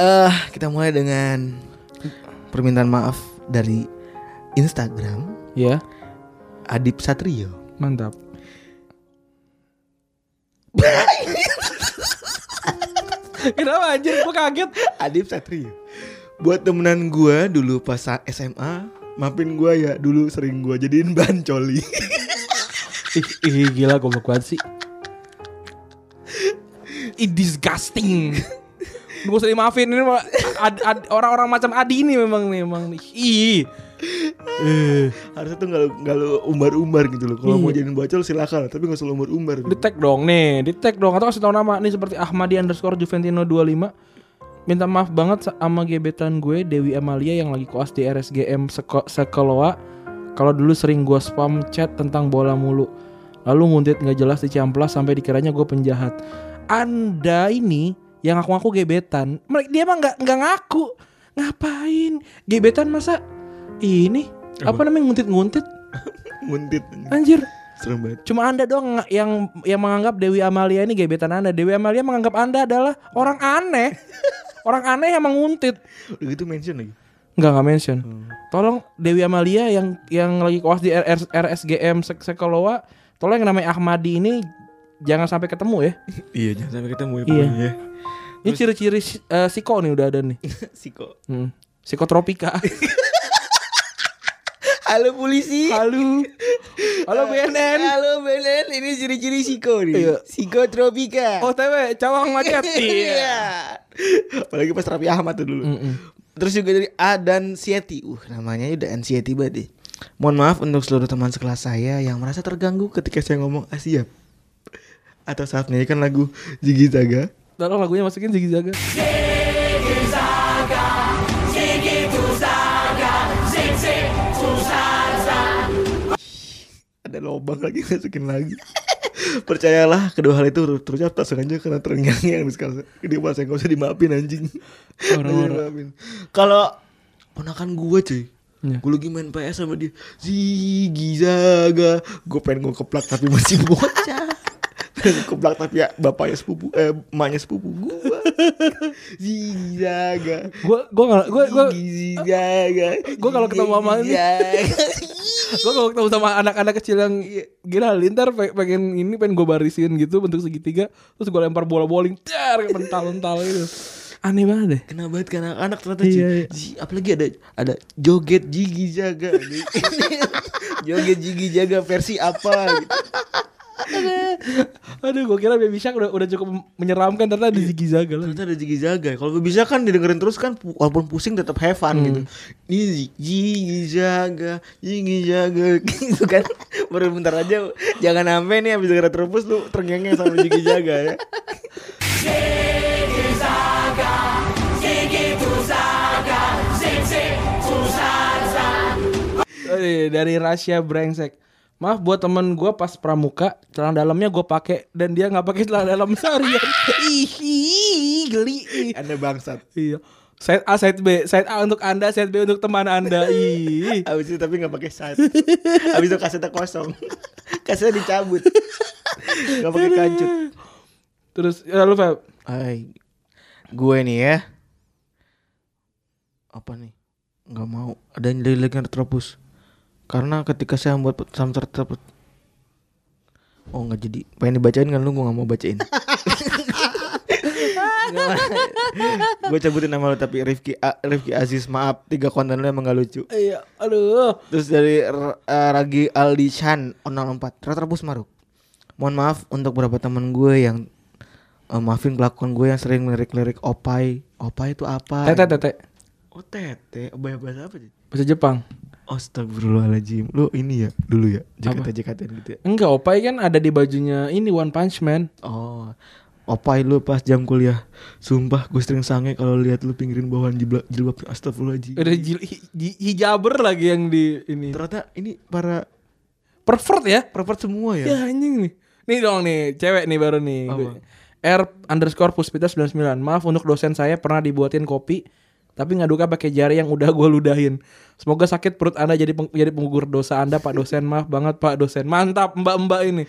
[SPEAKER 2] eh kita mulai dengan permintaan maaf dari Instagram
[SPEAKER 3] Iya,
[SPEAKER 2] Adip Satrio.
[SPEAKER 3] mantap. Kenapa anjir gua kaget.
[SPEAKER 2] Adip Satrio. Buat temenan gua dulu pas sa- SMA, maafin gua ya dulu sering gua jadiin bahan coli.
[SPEAKER 3] Ih, ih gila goblok banget sih. Ih disgusting. Lu gak usah dimaafin ini mah ad- ad- orang-orang macam Adi ini memang nih memang nih. Ih. Eh,
[SPEAKER 2] Harusnya tuh gak lu, nggak lu umbar-umbar gitu loh. Kalau mau
[SPEAKER 3] Iya.
[SPEAKER 2] jadiin bacol silakan, tapi gak usah lu umbar-umbar. gitu.
[SPEAKER 3] Di-tag dong nih, di-tag dong atau kasih tahu nama nih seperti Ahmadi underscore Juventino 25. Minta maaf banget sama gebetan gue Dewi Amalia yang lagi koas di RSGM Seko- Sekeloa. Kalau dulu sering gue spam chat tentang bola mulu. Lalu nguntit nggak jelas di Ciamplas sampai dikiranya gue penjahat. Anda ini yang ngaku-ngaku gebetan. Mereka dia mah nggak nggak ngaku. Ngapain? Gebetan masa ini apa namanya nguntit-nguntit?
[SPEAKER 2] Nguntit.
[SPEAKER 3] Anjir.
[SPEAKER 2] Serem banget.
[SPEAKER 3] Cuma Anda doang nga- yang yang menganggap Dewi Amalia ini gebetan Anda. Dewi Amalia menganggap Anda adalah orang aneh. orang aneh yang menguntit.
[SPEAKER 2] Udah gitu mention lagi.
[SPEAKER 3] Enggak enggak mention. Tolong Dewi Amalia yang yang lagi koas di RR RSGM Sek- Sekoloa, tolong yang namanya Ahmadi ini jangan sampai ketemu ya.
[SPEAKER 2] Iya jangan sampai ketemu ya
[SPEAKER 3] Iya.
[SPEAKER 2] pokoknya.
[SPEAKER 3] Ini ciri-ciri si- eh, psiko nih udah ada nih.
[SPEAKER 2] Siko.
[SPEAKER 3] Hmm. Psikotropika.
[SPEAKER 2] Halo polisi.
[SPEAKER 3] Halo. Halo BNN.
[SPEAKER 2] Halo BNN. Ini ciri-ciri Siko nih.
[SPEAKER 3] Iya.
[SPEAKER 2] Siko Tropika.
[SPEAKER 3] OTW cawang macet.
[SPEAKER 2] Iya.
[SPEAKER 3] Iya.
[SPEAKER 2] Apalagi pas Raffi Ahmad tuh dulu.
[SPEAKER 3] Mm-mm.
[SPEAKER 2] Terus juga dari A dan Sieti. Uh, namanya udah anxiety banget deh. Mohon maaf untuk seluruh teman sekelas saya yang merasa terganggu ketika saya ngomong Asia atau saat menyanyikan kan lagu Jigi Zaga.
[SPEAKER 3] Tolong lagunya masukin Ziggy Zaga.
[SPEAKER 2] Ada lobang lagi masukin lagi. Percayalah kedua hal itu terucap tak sengaja karena terngiang yang sekarang di pas yang gak usah dimaafin anjing.
[SPEAKER 3] Orang-orang.
[SPEAKER 2] Gak usah dimaafin. Kalau ponakan gue cuy,
[SPEAKER 3] Iya.
[SPEAKER 2] gue lagi main PS sama dia Zigi Zaga Gue pengen gue keplak tapi masih bocah Pengen gua keplak tapi ya bapaknya sepupu Eh emaknya sepupu gue Zigi Zaga
[SPEAKER 3] Gua gua nggak- gua gua
[SPEAKER 2] Zigi Zaga
[SPEAKER 3] gua kalau ketemu sama
[SPEAKER 2] Ziggy
[SPEAKER 3] ini-
[SPEAKER 2] Zaga.
[SPEAKER 3] gue kalau ketemu sama anak-anak kecil yang "Iya, gila lintar pe- pengen ini pengen gue barisin gitu bentuk segitiga terus gue lempar bola bowling dar mental-mental gitu. itu aneh banget deh
[SPEAKER 2] Kena banget kan anak-anak ternyata
[SPEAKER 3] Iya,
[SPEAKER 2] Ji.
[SPEAKER 3] iya.
[SPEAKER 2] Ji, Apalagi ada ada joget Jigi Zaga Joget Jigi Zaga versi apa gitu.
[SPEAKER 3] aduh gue kira baby shark udah, udah cukup menyeramkan ternyata ada Ziggy Zaga lagi
[SPEAKER 2] Ternyata ada Ziggy Zaga. Kalau bisa kan didengerin terus kan pu- walaupun pusing tetap have fun
[SPEAKER 3] Hmm.
[SPEAKER 2] gitu. Ini Zi- Ziggy Zaga, Ziggy Zaga gitu kan. Baru bentar aja jangan sampai nih habis dengerin terus lu terngengeng sama Ziggy Zaga ya.
[SPEAKER 3] Eh, dari rahasia brengsek maaf buat temen gue pas pramuka celana dalamnya gue pakai dan dia nggak pakai celana dalam seharian Ih, ih, geli Ih.
[SPEAKER 2] Anda bangsat.
[SPEAKER 3] iya Side A, side B, side A untuk anda, side B untuk teman anda. Ih.
[SPEAKER 2] Abis itu tapi gak pakai sat Abis itu kasetnya kosong Kasetnya dicabut Gak pakai kancut
[SPEAKER 3] Terus lalu Feb,
[SPEAKER 2] Ay, Gue nih ya Apa nih Gak mau Ada yang dari legend retropus Karena ketika saya membuat samter retropus Oh gak jadi Pengen dibacain kan lu gue gak mau bacain Gue cabutin nama lu tapi Rifki, A- Rifki Aziz maaf Tiga konten lu emang gak lucu
[SPEAKER 3] Iya, aduh.
[SPEAKER 2] Terus dari R- eh, Ragi Aldi Chan 064 Retropus Maruk Mohon maaf untuk beberapa teman gue yang eh, Maafin kelakuan gue yang sering lirik-lirik Opai Opai itu apa?
[SPEAKER 3] Tete tete
[SPEAKER 2] Oh tete Opai bahasa apa sih?
[SPEAKER 3] bahasa Jepang.
[SPEAKER 2] Astagfirullahaladzim Lu ini ya dulu ya
[SPEAKER 3] Apa?
[SPEAKER 2] JKT-JKT gitu ya
[SPEAKER 3] Enggak, opai kan ada di bajunya ini One Punch Man.
[SPEAKER 2] Oh Opai lu pas jam kuliah Sumpah gue sering sange kalau lihat lu pinggirin bawahan jilbab, jilbab Astagfirullahaladzim
[SPEAKER 3] Ada jil- hi- hi- hijaber lagi yang di ini.
[SPEAKER 2] Ternyata ini para
[SPEAKER 3] Pervert ya?
[SPEAKER 2] pervert semua ya?
[SPEAKER 3] Ya anjing nih. Nih dong nih, cewek nih baru nih.
[SPEAKER 2] Apa?
[SPEAKER 3] R underscore puspita 99 Maaf untuk dosen saya pernah dibuatin kopi Tapi ngaduknya pakai jari yang udah gue ludahin Semoga sakit perut anda jadi peng- jadi penggugur dosa anda Pak dosen Maaf banget Pak dosen Mantap mbak-mbak ini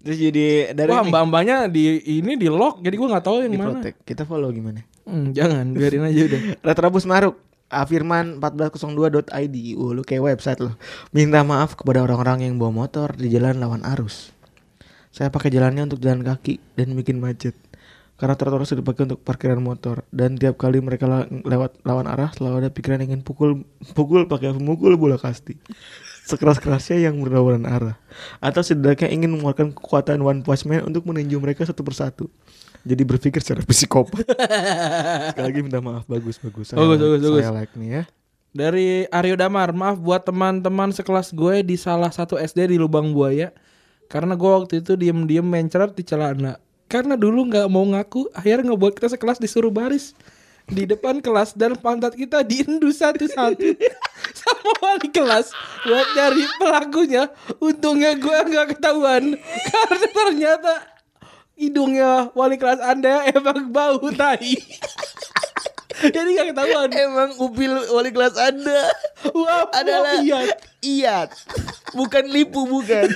[SPEAKER 2] Terus jadi dari
[SPEAKER 3] Wah
[SPEAKER 2] ini,
[SPEAKER 3] mbak-mbaknya di ini di lock Jadi gue gak tahu yang mana
[SPEAKER 2] diprotek. Kita follow gimana?
[SPEAKER 3] Hmm, Jangan biarin aja udah
[SPEAKER 2] Retrobus Maruk Afirman 1402.id Uh, lu kayak website lo Minta maaf kepada orang-orang yang bawa motor di jalan lawan arus Saya pakai jalannya untuk jalan kaki dan bikin macet Karena trotoar sudah dipakai untuk parkiran motor Dan tiap kali mereka la- lewat lawan arah selalu ada pikiran ingin pukul Pukul pakai pemukul bola kasti Sekeras-kerasnya yang berlawanan arah Atau setidaknya ingin mengeluarkan kekuatan One Punch Man untuk meninju mereka satu persatu Jadi berpikir secara psikopat Sekali lagi minta maaf bagus bagus. Saya,
[SPEAKER 3] Bagus,
[SPEAKER 2] like,
[SPEAKER 3] bagus, bagus.
[SPEAKER 2] Saya like nih ya.
[SPEAKER 3] Dari Aryo Damar, maaf buat teman-teman sekelas gue di salah satu SD di Lubang Buaya Karena gue waktu itu diem-diem mencret di celana Karena dulu nggak mau ngaku, akhirnya ngebuat kita sekelas disuruh baris Di depan kelas dan pantat kita diindu satu-satu Sama wali kelas buat dari pelakunya Untungnya gue nggak ketahuan Karena ternyata hidungnya wali kelas anda emang bau tai Jadi nggak ketahuan
[SPEAKER 2] Emang upil wali kelas Anda
[SPEAKER 3] Wah,
[SPEAKER 2] adalah
[SPEAKER 3] wah, iya.
[SPEAKER 2] iat. Bukan lipu bukan.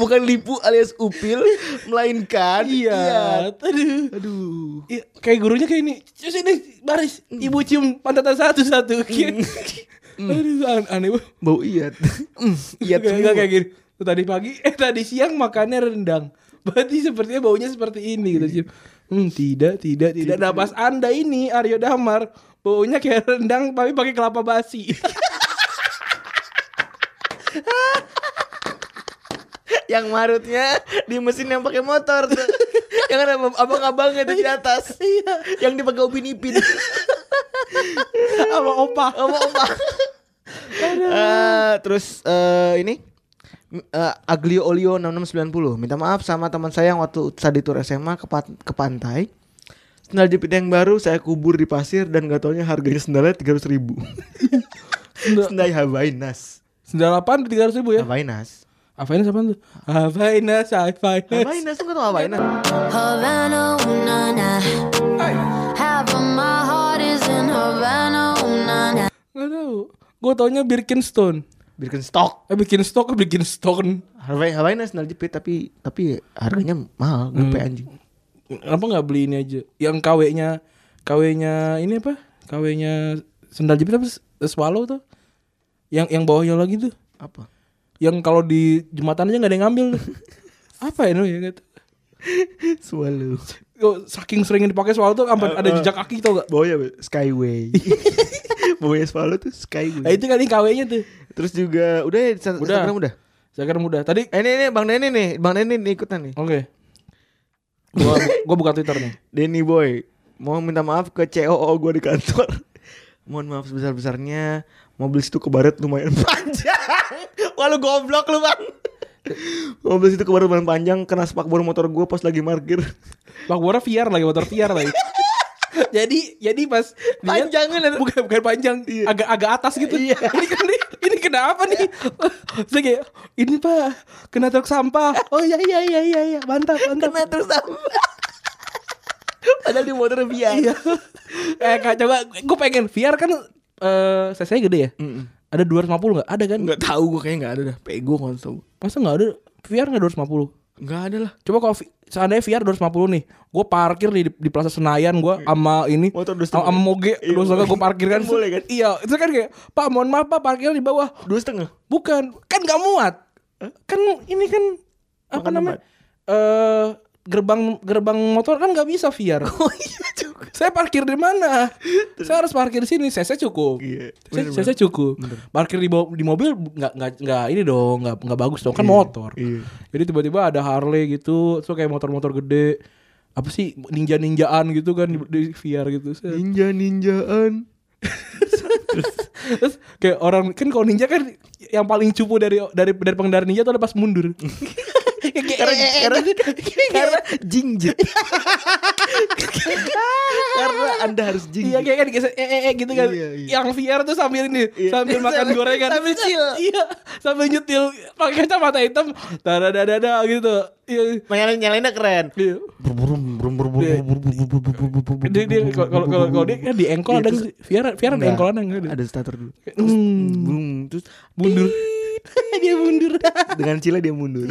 [SPEAKER 2] bukan lipu alias upil, melainkan
[SPEAKER 3] Iya. Aduh.
[SPEAKER 2] Aduh.
[SPEAKER 3] Iya, kayak gurunya kayak ini. Terus ini baris, ibu cium pantatnya satu-satu. Aduh, an- aneh banget.
[SPEAKER 2] Bau iat. Mm, iat
[SPEAKER 3] Nggak-
[SPEAKER 2] semua.
[SPEAKER 3] nggak kayak gini. Tuh, Tadi pagi, eh tadi siang makannya rendang. Berarti sepertinya baunya seperti ini gitu. cium. Hmm, tidak, tidak, tidak. Napas Anda ini Aryo Damar baunya kayak rendang tapi pakai kelapa basi.
[SPEAKER 2] yang marutnya di mesin yang pakai motor tuh. yang ada abang-abangnya tuh di atas. yang dipakai upin ipin.
[SPEAKER 3] Sama opa.
[SPEAKER 2] Sama opa. Eh, terus eh, ini eh, Aglio Olio 6690 Minta maaf sama teman saya yang waktu saat di tour SMA ke, pat- ke pantai Sendal jepit yang baru saya kubur di pasir Dan gak taunya harganya sendalnya 300 ribu Sendal Havainas
[SPEAKER 3] Sendal apaan? Tiga ratus ribu ya? ah,
[SPEAKER 2] Havainas
[SPEAKER 3] Havainas apaan tuh? Havainas, Havainas.
[SPEAKER 2] Havainas, lu gak tau Havainas?
[SPEAKER 6] Havana, ooh, nah, nah. Half of my heart is in Havana, ooh, nah, nah.
[SPEAKER 3] Gak tau. Gue taunya Birkenstone.
[SPEAKER 2] Birkenstock
[SPEAKER 3] Eh bikin stok, bikin stone.
[SPEAKER 2] Hawaii Hawaiian sendal jepit tapi tapi harganya mahal gue anjing.
[SPEAKER 3] Kenapa nggak beli ini aja? Yang KW-nya, KW-nya ini apa? KW-nya sendal jepit apa? S- Swallow tuh? Yang yang bawahnya lagi tuh?
[SPEAKER 2] Apa?
[SPEAKER 3] Yang kalau di jembatan aja nggak ada yang ngambil. tuh. apa ya? Nuh, ya gitu.
[SPEAKER 2] Swallow.
[SPEAKER 3] Oh, Saking seringnya dipakai swallow tuh sampai ada jejak kaki tau gak?
[SPEAKER 2] Bawahnya apa? Skyway. Bawahnya Swallow tuh Skyway.
[SPEAKER 3] Nah, itu kali KW-nya tuh.
[SPEAKER 2] Terus juga udah ya di Insta-
[SPEAKER 3] Udah.
[SPEAKER 2] Instagram udah.
[SPEAKER 3] Sekarang muda. Tadi
[SPEAKER 2] Eh, ini ini Bang Denny nih, Bang Denny nih ikutan nih.
[SPEAKER 3] oke. Gua gua buka Twitter nih.
[SPEAKER 2] Denny boy, mau minta maaf ke COO gue di kantor. Mohon maaf sebesar-besarnya Mobil situ ke barat lumayan panjang Wah lu goblok lu bang Mobil situ ke barat lumayan panjang Kena spakbor motor gue pas lagi parkir
[SPEAKER 3] Pak Wara VR lagi motor VR lagi. jadi jadi pas dia-
[SPEAKER 2] Panjangan ada-
[SPEAKER 3] bukan bukan panjang
[SPEAKER 2] Iya.
[SPEAKER 3] agak agak atas gitu. ini kan ini, ini kenapa nih? Saya kayak ini Pak kena truk sampah. Oh
[SPEAKER 2] Ah,
[SPEAKER 3] iya iya iya iya iya mantap mantap.
[SPEAKER 2] Kena terus sama Padahal di motor biar
[SPEAKER 3] Iya. eh Kak coba gue pengen VR kan eh saya gede ya. Ada 250 nggak? Ada kan?
[SPEAKER 2] Nggak tahu gue kayaknya nggak ada dah Pego konsol
[SPEAKER 3] Masa nggak ada VR nggak 250?
[SPEAKER 2] Nggak ada lah
[SPEAKER 3] Coba kalau vi- seandainya VR 250 nih, gue parkir nih di, di Plaza Senayan gue sama ini
[SPEAKER 2] Hmm. Motor dua setengah.
[SPEAKER 3] sama moge
[SPEAKER 2] Iya,
[SPEAKER 3] dua setengah gue parkir kan.
[SPEAKER 2] Boleh kan?
[SPEAKER 3] Iya, itu kan kayak, "Pak, mohon maaf Pak, parkirnya di bawah."
[SPEAKER 2] Dua setengah
[SPEAKER 3] Bukan, kan gak muat. Kan ini kan apa
[SPEAKER 2] Makan
[SPEAKER 3] namanya? Eh gerbang gerbang motor kan nggak bisa VR. Oh iya juga. Saya parkir di mana? saya harus parkir di sini. Saya, saya cukup.
[SPEAKER 2] Iya,
[SPEAKER 3] Saya,
[SPEAKER 2] bener,
[SPEAKER 3] saya, saya cukup. Parkir di bawah- di mobil nggak nggak nggak ini dong nggak nggak bagus dong kan motor.
[SPEAKER 2] iya.
[SPEAKER 3] Jadi tiba-tiba ada Harley gitu, terus kayak motor-motor gede apa sih ninja ninjaan gitu kan di, di VR gitu. Set.
[SPEAKER 2] Ninja ninjaan
[SPEAKER 3] Terus kayak orang kan kalau ninja kan yang paling cupu dari dari dari pengendara ninja tuh ada pas mundur.
[SPEAKER 2] Karena
[SPEAKER 3] eh,
[SPEAKER 2] karena karena jinjet Karena anda harus jinjet
[SPEAKER 3] Iya kayak kan digeser eh, eh, eh, gitu kan.
[SPEAKER 2] Iya, iya.
[SPEAKER 3] Yang VR tuh sambil ini sambil makan
[SPEAKER 2] Sambil-
[SPEAKER 3] gorengan.
[SPEAKER 2] sambil chill.
[SPEAKER 3] Iya, sambil nyetil pakai kacamata hitam. Dadadadada gitu. Iya.
[SPEAKER 2] Nyalain nyalainnya keren
[SPEAKER 3] Iya.
[SPEAKER 2] Iya.
[SPEAKER 3] Dia- Dia dia kalau kalau kalau- kalau dia kan di engkol ada nggak sih? VR VR ada
[SPEAKER 2] Nggak.
[SPEAKER 3] engkolan enggak ada.
[SPEAKER 2] Ada starter dulu
[SPEAKER 3] Hmm.
[SPEAKER 2] Boom Terus
[SPEAKER 3] Mundur. dia mundur.
[SPEAKER 2] dengan cila dia mundur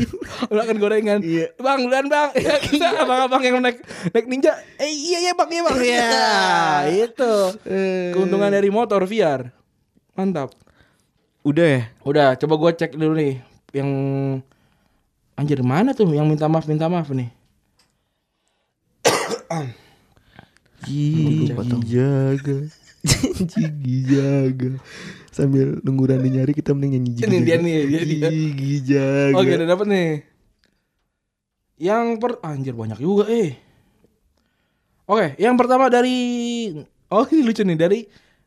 [SPEAKER 3] Makan gorengan.
[SPEAKER 2] Iya.
[SPEAKER 3] Bang, duluan bang. Kita abang-abang yang naik naik ninja. Eh iya iya bang iya bang.
[SPEAKER 2] Oh,
[SPEAKER 3] Iya.
[SPEAKER 2] gitu.
[SPEAKER 3] itu.
[SPEAKER 2] Eh.
[SPEAKER 3] Keuntungan dari motor VR. Mantap.
[SPEAKER 2] Udah ya
[SPEAKER 3] Udah, coba gua cek dulu nih yang anjir mana tuh yang minta maaf minta maaf nih.
[SPEAKER 2] Gigi jaga Gigi jaga Sambil nunggu Rani nyari kita mending nyanyi
[SPEAKER 3] Ini dia nih, dia, dia. Oh,
[SPEAKER 2] Gigi jaga
[SPEAKER 3] Oke, udah dapet nih. Yang per ah, anjir banyak juga eh. Oke, yang pertama dari oh ini lucu nih dari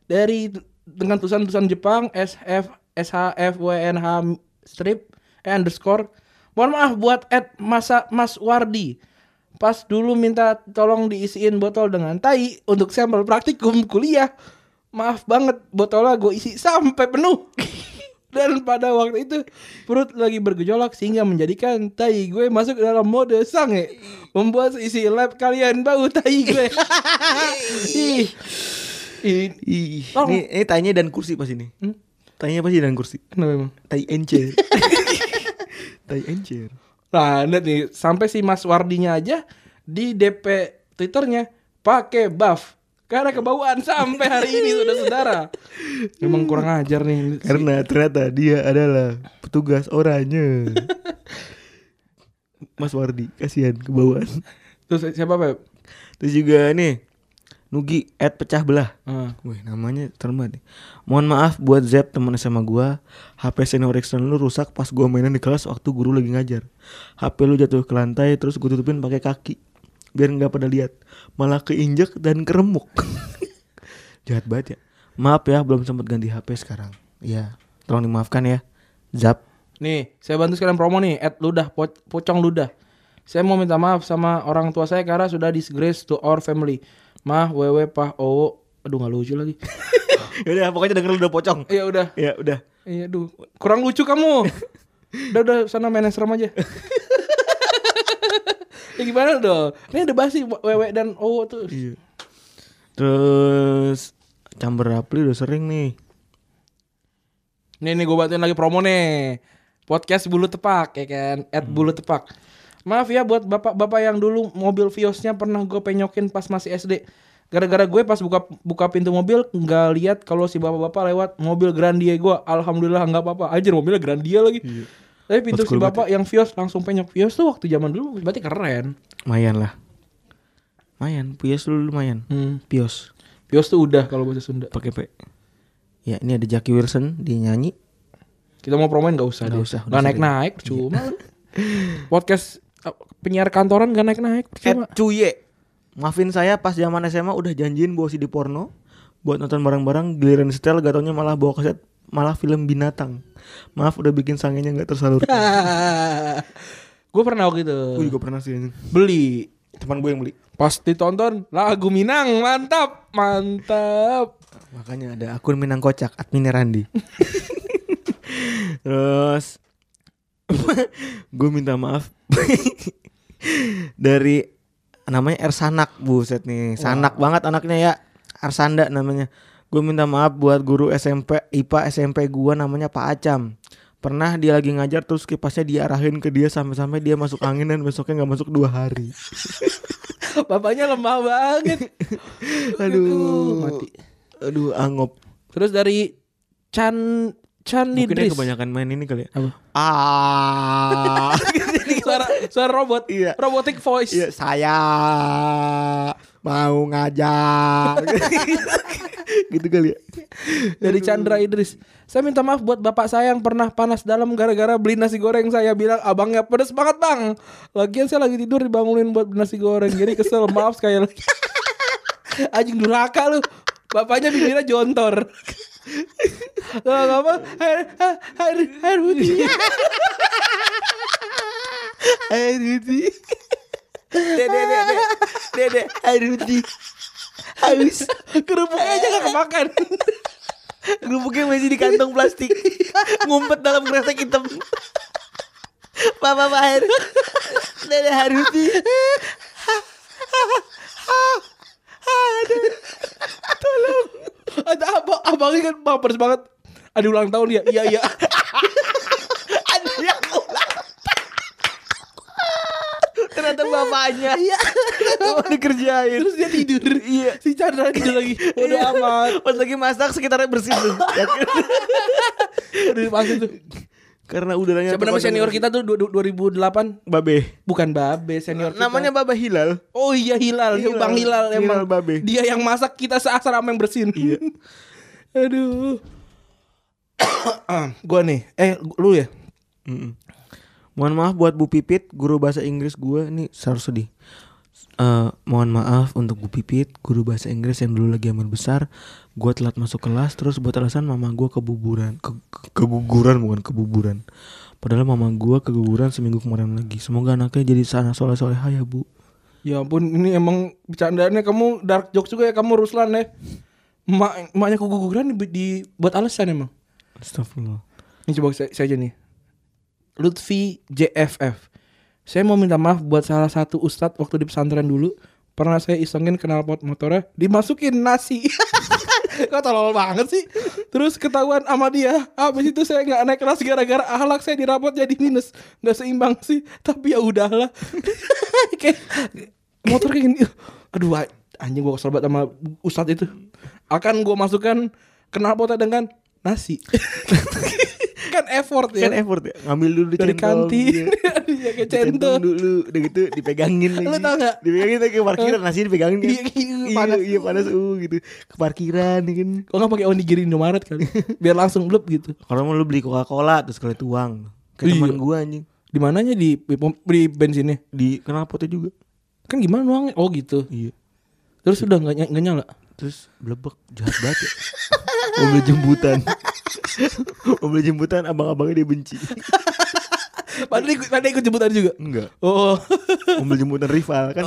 [SPEAKER 3] dari dengan tulisan-tulisan Jepang SF SHF WNH strip eh, underscore. Mohon maaf buat at masa Mas Wardi. Pas dulu minta tolong diisiin botol dengan tai untuk sampel praktikum kuliah. Maaf banget botolnya gue isi sampai penuh. Dan pada waktu itu perut lagi bergejolak sehingga menjadikan tai gue masuk ke dalam mode sange. Membuat isi lab kalian bau tai gue. Ih. Ih.
[SPEAKER 2] Ih,
[SPEAKER 3] Tolong.
[SPEAKER 2] ini, ini tanya dan kursi pas ini
[SPEAKER 3] Hmm?
[SPEAKER 2] Tanya pasti dan kursi
[SPEAKER 3] Kenapa emang?
[SPEAKER 2] Tai ence Tai anjir.
[SPEAKER 3] Nah, lihat nih, sampai si Mas Wardinya aja di DP Twitternya pakai buff karena kebauan sampai hari ini saudara-saudara. Memang kurang ajar nih. si-
[SPEAKER 2] Karena ternyata dia adalah petugas oranye. Mas Wardi, kasihan kebawaan.
[SPEAKER 3] Terus siapa, Pep?
[SPEAKER 2] Terus juga nih Nugi at pecah belah.
[SPEAKER 3] Ah.
[SPEAKER 2] Wih, namanya termat nih. Mohon maaf buat Zep teman sama gua. HP senior external lu rusak pas gua mainan di kelas waktu guru lagi ngajar. HP lu jatuh ke lantai terus gua tutupin pakai kaki biar nggak pada lihat. Malah keinjek dan keremuk. Jahat banget ya. Maaf ya belum sempat ganti HP sekarang. Iya, tolong dimaafkan ya. Zap.
[SPEAKER 3] Nih, saya bantu sekalian promo nih, at ludah, po- pocong ludah. Saya mau minta maaf sama orang tua saya karena sudah disgrace to our family. Mah, wewe, pah, owo. Aduh, gak lucu lagi.
[SPEAKER 2] Yaudah, pokoknya denger lu udah pocong.
[SPEAKER 3] ya udah.
[SPEAKER 2] Ya udah.
[SPEAKER 3] Iya, aduh. Kurang lucu kamu. udah, udah, sana main yang serem aja. ya gimana dong? Ini ada basi, wewe dan owo tuh.
[SPEAKER 2] Iya. Terus Chamber Rapli udah sering nih.
[SPEAKER 3] Nih nih gue bantuin lagi promo nih Podcast Bulu Tepak ya kan At Bulu Tepak Maaf ya buat bapak-bapak yang dulu mobil Viosnya pernah gue penyokin pas masih SD Gara-gara gue pas buka buka pintu mobil nggak lihat kalau si bapak-bapak lewat mobil Grandia gue Alhamdulillah nggak apa-apa Ajar mobilnya Grandia lagi Tapi pintu si bapak yang Vios langsung penyok Vios tuh waktu zaman dulu berarti keren
[SPEAKER 2] Mayan lah. Mayan, Pios lu lumayan.
[SPEAKER 3] hmm.
[SPEAKER 2] Pios
[SPEAKER 3] Vios tuh udah kalau bahasa Sunda
[SPEAKER 2] pakai P. Ya, ini ada Jackie Wilson dia nyanyi.
[SPEAKER 3] Kita mau promoin gak usah
[SPEAKER 2] Nggak
[SPEAKER 3] deh.
[SPEAKER 2] usah, udah
[SPEAKER 3] Nggak
[SPEAKER 2] sering.
[SPEAKER 3] naik-naik percuma lah. Podcast eh, penyiar kantoran gak naik-naik percuma
[SPEAKER 2] Ed Cuye. Eh, Maafin saya pas zaman SMA udah janjiin bawa CD porno buat nonton bareng-bareng giliran setel gak taunya malah bawa kaset malah film binatang. Maaf udah bikin sangenya nggak tersalurkan.
[SPEAKER 3] gue pernah waktu itu
[SPEAKER 2] gue juga pernah sih anjing.
[SPEAKER 3] beli
[SPEAKER 2] Teman gue yang beli.
[SPEAKER 3] pas ditonton lagu Minang mantap mantap
[SPEAKER 2] Makanya ada akun Minang Kocak, adminnya Randi. Terus gue minta maaf dari namanya Ersanak buset nih. Sanak banget anaknya ya. Arsanda namanya. Gue minta maaf buat guru SMP IPA SMP gua namanya Pak Acam. Pernah dia lagi ngajar terus kipasnya diarahin ke dia sampai-sampai dia masuk angin dan besoknya nggak masuk dua hari.
[SPEAKER 3] bapaknya lemah banget
[SPEAKER 2] Aduh,
[SPEAKER 3] mati.
[SPEAKER 2] Aduh, angop.
[SPEAKER 3] terus dari Chan Chan
[SPEAKER 2] Mungkin dia
[SPEAKER 3] Idris
[SPEAKER 2] kebanyakan main ini kali ya.
[SPEAKER 3] Apa?
[SPEAKER 2] Ah.
[SPEAKER 3] suara suara robot
[SPEAKER 2] Iya.
[SPEAKER 3] robotic voice
[SPEAKER 2] Iya, saya mau ngajak. gitu kali ya.
[SPEAKER 3] dari Chandra Idris saya minta maaf buat bapak saya yang pernah panas dalam gara-gara beli nasi goreng saya bilang abangnya pedes banget bang lagian saya lagi tidur dibangunin buat beli nasi goreng jadi kesel maaf sekali lagi anjing durhaka lu bapaknya bibirnya jontor Gak apa air air- air air putih
[SPEAKER 2] Air putih. Dede, dede, dede, air putih. Haus.
[SPEAKER 3] kerupuknya aja gak kemakan
[SPEAKER 2] Gerupuknya masih di kantong plastik. Ngumpet dalam kresek hitam. Papa Pak air. Dede air putih.
[SPEAKER 3] ada abang abangnya kan bang pedes banget ada ulang tahun ya iya iya
[SPEAKER 2] Ada yang ulang. Ternyata bapaknya. Iya. dikerjain.
[SPEAKER 3] terus dia tidur iya si Chandra tidur lagi udah amat
[SPEAKER 2] Iya. Pas lagi masak sekitarnya bersih tuh.
[SPEAKER 3] udah pasti tuh
[SPEAKER 2] Karena udaranya
[SPEAKER 3] Siapa nama senior kita tuh du- du- 2008
[SPEAKER 2] Babe.
[SPEAKER 3] Bukan Babe senior kita
[SPEAKER 2] Namanya Baba Hilal.
[SPEAKER 3] Oh iya Hilal,
[SPEAKER 2] Hilal.
[SPEAKER 3] Bang Hilal emang
[SPEAKER 2] Hilal Babe.
[SPEAKER 3] Dia yang masak kita seasar sama yang bersin
[SPEAKER 2] Iya.
[SPEAKER 3] Aduh Gua nih Eh lu ya
[SPEAKER 2] Mohon maaf buat Bu Pipit, guru bahasa Inggris gue ini harus sedih. Eh, mohon maaf untuk Bu Pipit, guru bahasa Inggris yang dulu lagi aman besar. Gue telat masuk kelas terus buat alasan mama gue kebuburan, ke, ke- keguguran bukan kebuburan. Padahal mama gue keguguran seminggu kemarin lagi. Semoga anaknya jadi sana soleh solehah ya bu.
[SPEAKER 3] Ya ampun ini emang bercandaannya kamu dark jokes juga ya kamu Ruslan ya Emak, emaknya keguguran di, di- buat alasan emang
[SPEAKER 2] Astagfirullah.
[SPEAKER 3] Ini coba saya, saya aja nih. Lutfi JFF. Saya mau minta maaf buat salah satu ustadz waktu di pesantren dulu. Pernah saya isengin knalpot motornya dimasukin nasi. Kok tolol banget sih? Terus ketahuan sama dia. Habis itu saya nggak naik kelas gara-gara ahlak saya dirapot jadi minus. Nggak seimbang sih, tapi ya udahlah. kayak motor kayak gini. Aduh, a- anjing gua kesel banget sama ustadz itu. Akan gua masukkan knalpotnya dengan nasi. kan effort ya.
[SPEAKER 2] Kan effort ya Ngambil dulu
[SPEAKER 3] dari
[SPEAKER 2] centong,
[SPEAKER 3] kantin.
[SPEAKER 2] iya.
[SPEAKER 3] Iya kayak
[SPEAKER 2] Dicentong
[SPEAKER 3] centong.
[SPEAKER 2] dulu Udah gitu dipegangin lagi
[SPEAKER 3] Lu tau nggak?
[SPEAKER 2] Dipegangin lagi ke parkiran Nasi dipegangin kan
[SPEAKER 3] Iya, iya,
[SPEAKER 2] Iya,
[SPEAKER 3] panas.
[SPEAKER 2] Iya panas uh, gitu Ke parkiran ya kan
[SPEAKER 3] Kok Oh, nggak pakai onigiri Indomaret kali? Biar langsung blub gitu.
[SPEAKER 2] Kalau mau lu beli Coca-Cola Terus kalian tuang Ke teman
[SPEAKER 3] Iya.
[SPEAKER 2] gue anjing
[SPEAKER 3] Di mananya di di, pom- di bensinnya?
[SPEAKER 2] Di knalpotnya juga
[SPEAKER 3] Kan gimana nuangnya? Oh gitu.
[SPEAKER 2] Iya
[SPEAKER 3] Terus udah nggak ny- nggak nyala.
[SPEAKER 2] Terus blebek Jahat banget ya Mau beli jemputan Mau beli jemputan Abang-abangnya dia benci
[SPEAKER 3] Padahal ikut, padahal ikut jemputan juga.
[SPEAKER 2] Enggak
[SPEAKER 3] Oh.
[SPEAKER 2] Mobil jemputan rival kan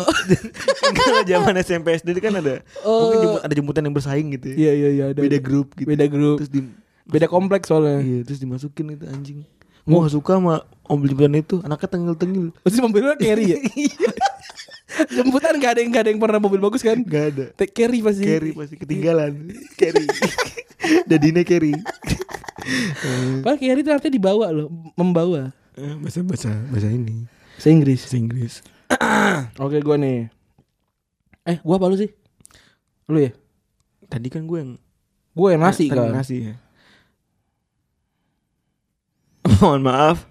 [SPEAKER 2] kalau zaman SMP SD itu kan ada mungkin jemput- ada jemputan yang bersaing gitu ya.
[SPEAKER 3] Oh. Iya iya iya. ada-
[SPEAKER 2] beda
[SPEAKER 3] ada.
[SPEAKER 2] grup gitu.
[SPEAKER 3] Beda grup.
[SPEAKER 2] Terus di
[SPEAKER 3] Beda kompleks soalnya.
[SPEAKER 2] iya, terus dimasukin itu anjing. Gua gak suka sama om jemputan itu, anaknya tengil-tengil.
[SPEAKER 3] Terus mobilnya carry ya.
[SPEAKER 2] Iya.
[SPEAKER 3] jemputan nggak ada yang nggak ada yang pernah mobil bagus kan?
[SPEAKER 2] Gak ada.
[SPEAKER 3] Take carry pasti.
[SPEAKER 2] Carry pasti ketinggalan. Carry. Dadine carry.
[SPEAKER 3] Padahal carry itu artinya dibawa loh, membawa.
[SPEAKER 2] Eh, Bahasa bahasa bahasa ini.
[SPEAKER 3] Saya Inggris.
[SPEAKER 2] Bahasa Inggris.
[SPEAKER 3] Oke gue nih. Eh gue apa lu sih? Lu ya?
[SPEAKER 2] Tadi kan gue yang
[SPEAKER 3] Gue yang nasi
[SPEAKER 2] Tadi
[SPEAKER 3] kan.
[SPEAKER 2] nasi ya. Mohon maaf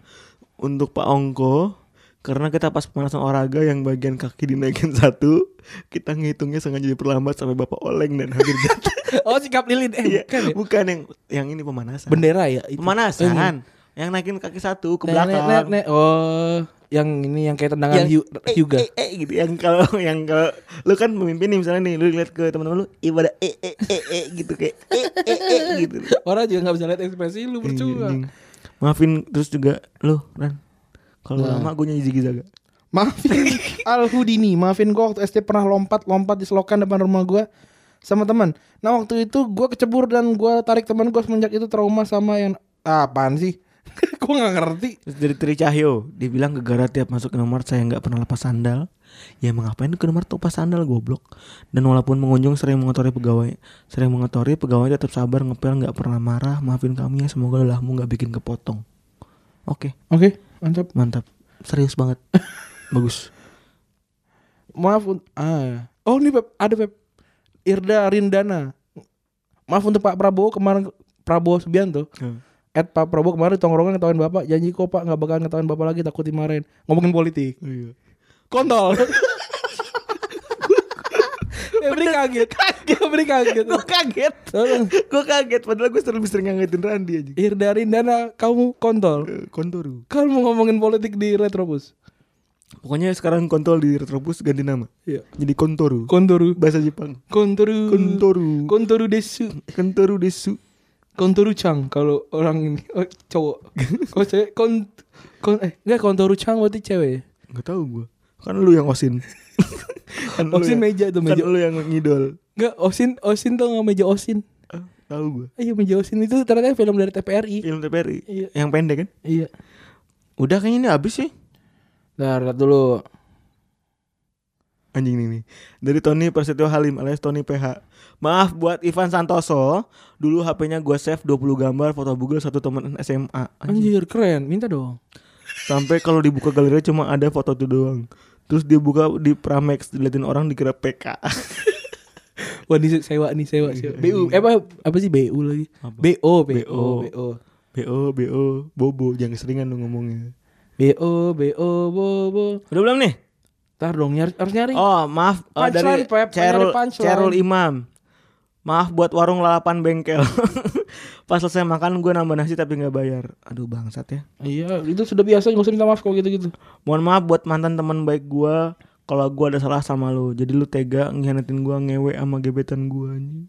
[SPEAKER 2] untuk Pak Ongko karena kita pas pemanasan olahraga yang bagian kaki dinaikin satu, kita ngitungnya sengaja diperlambat sampai Bapak oleng dan hampir jatuh.
[SPEAKER 3] Oh sikap lilin eh,
[SPEAKER 2] Iya,
[SPEAKER 3] bukan ya?
[SPEAKER 2] bukan yang yang ini pemanasan.
[SPEAKER 3] Bendera ya itu.
[SPEAKER 2] Pemanasan. Iya. Yang naikin kaki satu ke
[SPEAKER 3] Nek, nek, nek,
[SPEAKER 2] belakang.
[SPEAKER 3] nek. Oh, yang ini yang kayak tendangan
[SPEAKER 2] Yang-
[SPEAKER 3] Hugh-
[SPEAKER 2] Eh,
[SPEAKER 3] Hyuga.
[SPEAKER 2] eh, eh, gitu yang kalau yang kalau lu kan memimpin nih misalnya nih lu lihat ke teman-teman lu ibadah eh eh eh eh gitu kayak eh eh eh gitu.
[SPEAKER 3] Orang juga nggak bisa lihat ekspresi lu
[SPEAKER 2] Anjing.
[SPEAKER 3] percuma.
[SPEAKER 2] Maafin terus juga lu Ran. Kalau lama gue nyanyi zigzag.
[SPEAKER 3] Maafin Al Houdini, maafin gua waktu SD pernah lompat-lompat di selokan depan rumah gua sama teman. Nah, waktu itu gua kecebur dan gua tarik teman gua semenjak itu trauma sama yang Ah, apaan sih? gua nggak ngerti.
[SPEAKER 2] Terus dari Tri Cahyo, dia bilang gegara tiap masuk ke nomor saya nggak pernah lepas sandal. Ya emang ngapain ke nomor tuh lepas sandal goblok. Dan walaupun mengunjung sering mengotori pegawai, sering mengotori pegawai tetap sabar ngepel nggak pernah marah. Maafin kami ya semoga lelahmu nggak bikin kepotong. Oke,
[SPEAKER 3] Oke, mantap.
[SPEAKER 2] mantap. Serius banget. Bagus.
[SPEAKER 3] Maaf un- ah. Oh, ini Pep, ada Pep. Irda Rindana. Maaf untuk Pak Prabowo kemarin Prabowo Subianto.
[SPEAKER 2] Hmm.
[SPEAKER 3] At Pak Prabowo kemarin di tongkrongan ngetawain Bapak, janji kok Pak nggak bakalan ngetawain Bapak lagi takut dimarahin. Ngomongin politik. Kontol. Febri kaget. Febri kaget.
[SPEAKER 2] Gue kaget. gue kaget padahal gue lebih sering ngangetin Randi aja.
[SPEAKER 3] Irda Rindana, kamu kontol.
[SPEAKER 2] Kontoru.
[SPEAKER 3] Kamu ngomongin politik di Retrobus.
[SPEAKER 2] Pokoknya sekarang kontol di Retrobus ganti nama.
[SPEAKER 3] Iya.
[SPEAKER 2] Jadi kontoru.
[SPEAKER 3] Kontoru.
[SPEAKER 2] Bahasa Jepang.
[SPEAKER 3] Hmm. Kontoru.
[SPEAKER 2] Kontoru.
[SPEAKER 3] Kontoru desu.
[SPEAKER 2] Kontoru desu.
[SPEAKER 3] Kontoru Chang kalau orang ini oh, cowok. Kalau cewek kon, kon eh enggak Kontoru Chang berarti cewek. ya?
[SPEAKER 2] Gak tau gue. Kan lu yang osin. kan lu
[SPEAKER 3] Osin
[SPEAKER 2] yang-
[SPEAKER 3] meja tuh, meja.
[SPEAKER 2] Kan lu yang ngidol.
[SPEAKER 3] Enggak Osin Osin tuh nggak meja Osin.
[SPEAKER 2] Eh, Tahu gue.
[SPEAKER 3] Iya meja Osin itu ternyata film dari TPRI.
[SPEAKER 2] Film TPRI.
[SPEAKER 3] Iya.
[SPEAKER 2] Yang pendek kan?
[SPEAKER 3] Iya.
[SPEAKER 2] Udah kayaknya ini habis sih.
[SPEAKER 3] Nah, lihat dulu.
[SPEAKER 2] Anjing ini nih. Dari Tony Persetio Halim alias Tony PH. Maaf buat Ivan Santoso. Dulu HP-nya gue save 20 gambar foto Google satu teman SMA. Anjing.
[SPEAKER 3] Anjir keren, minta dong.
[SPEAKER 2] Sampai kalau dibuka galeri cuma ada foto itu doang. Terus dia buka di Pramex, diliatin orang dikira PK.
[SPEAKER 3] Wah ini sewa nih sewa, sewa. BU eh, apa apa sih BU lagi? BO BO BO
[SPEAKER 2] BO BO Bobo jangan keseringan dong ngomongnya.
[SPEAKER 3] BO BO BO.
[SPEAKER 2] Udah belum nih?
[SPEAKER 3] Ntar dong nyari, harus nyari.
[SPEAKER 2] Oh, maaf Oh, dari
[SPEAKER 3] Punchline, Pep.
[SPEAKER 2] Cerul,
[SPEAKER 3] Nyari punchline.
[SPEAKER 2] Cerul Imam. Maaf buat warung lalapan bengkel. Pas selesai makan gue nambah nasi tapi nggak bayar. Aduh bangsat ya.
[SPEAKER 3] Iya, itu sudah biasa nggak usah minta maaf kalau gitu-gitu.
[SPEAKER 2] Mohon maaf buat mantan teman baik gue. Kalau gue ada salah sama lo, jadi lu tega ngianatin gue ngewe sama gebetan gue anjing.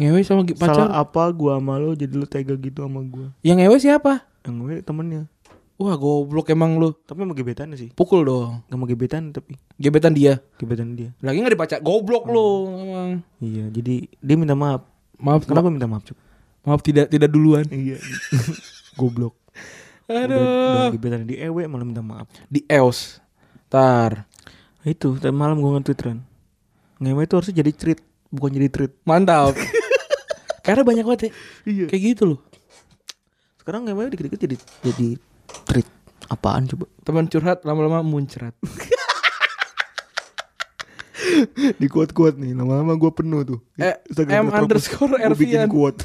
[SPEAKER 3] Ngewe sama gi- pacar.
[SPEAKER 2] Salah apa gue sama lo, jadi lu tega gitu sama gue.
[SPEAKER 3] Yang ngewe siapa?
[SPEAKER 2] Yang ngewe temennya,
[SPEAKER 3] Wah, goblok emang lu.
[SPEAKER 2] tapi sama gebetannya sih.
[SPEAKER 3] Pukul dong.
[SPEAKER 2] Gak sama gebetan tapi
[SPEAKER 3] Gebetan dia.
[SPEAKER 2] gebetan dia.
[SPEAKER 3] Lagi nggak dipacar. Goblok lu emang.
[SPEAKER 2] Iya, jadi dia minta maaf.
[SPEAKER 3] Maaf,
[SPEAKER 2] Kenapa minta maaf cuk?
[SPEAKER 3] maaf tidak tidak duluan.
[SPEAKER 2] Iya. Goblok. Udah, udah
[SPEAKER 3] Aduh.
[SPEAKER 2] gebetan di ewe malah minta maaf.
[SPEAKER 3] Di EOS. Tar.
[SPEAKER 2] Itu tadi malam gue nge-tweet Ran. Ngema itu harusnya jadi treat, bukan jadi treat.
[SPEAKER 3] Mantap. Karena banyak banget ya. Kayak gitu loh.
[SPEAKER 2] Sekarang ngema dikit-dikit jadi jadi treat. Apaan coba?
[SPEAKER 3] Teman curhat lama-lama muncrat.
[SPEAKER 2] Dikuat-kuat nih, lama-lama gue penuh tuh.
[SPEAKER 3] Eh,
[SPEAKER 2] Instagram
[SPEAKER 3] M
[SPEAKER 2] Retropus.
[SPEAKER 3] underscore
[SPEAKER 2] Gua bikin
[SPEAKER 3] Ervian.
[SPEAKER 2] kuat.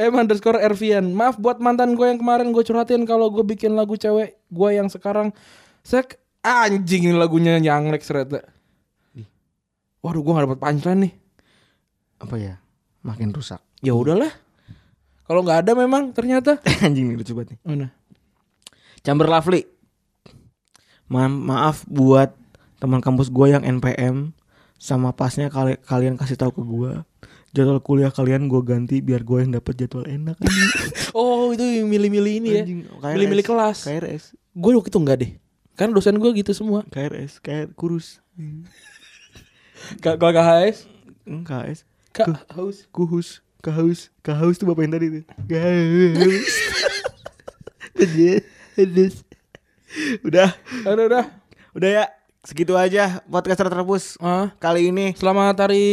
[SPEAKER 3] M Eh, underscore Ervian Maaf buat mantan gue yang kemarin gue curhatin Kalau gue bikin lagu cewek gue yang sekarang Sek Anjing ini lagunya nyanglek serata Waduh gue gak dapet punchline nih
[SPEAKER 2] Apa ya? Makin rusak.
[SPEAKER 3] Ya udahlah Kalau nggak ada memang ternyata
[SPEAKER 2] Anjing nih lucu banget nih.
[SPEAKER 3] Mana?
[SPEAKER 2] Chamber Lovely. Ma- maaf buat teman kampus gue yang NPM sama pasnya kali- kalian kasih tahu ke gue jadwal kuliah kalian gue ganti biar gue yang dapat jadwal enak anjing.
[SPEAKER 3] Oh itu yang milih-milih ini ya
[SPEAKER 2] Anjing, KRS.
[SPEAKER 3] Milih-milih kelas
[SPEAKER 2] KRS
[SPEAKER 3] Gue waktu itu nggak deh Karena dosen gue gitu semua
[SPEAKER 2] KRS KR kurus
[SPEAKER 3] Kalau KHS
[SPEAKER 2] Hmm, KRS
[SPEAKER 3] KHS
[SPEAKER 2] kuhus kahaus kahaus tuh bapak yang tadi tuh kahaus Ada- ada- udah
[SPEAKER 3] Aduh udah
[SPEAKER 2] udah ya segitu aja podcast terus
[SPEAKER 3] Ah.
[SPEAKER 2] kali ini
[SPEAKER 3] Selamat hari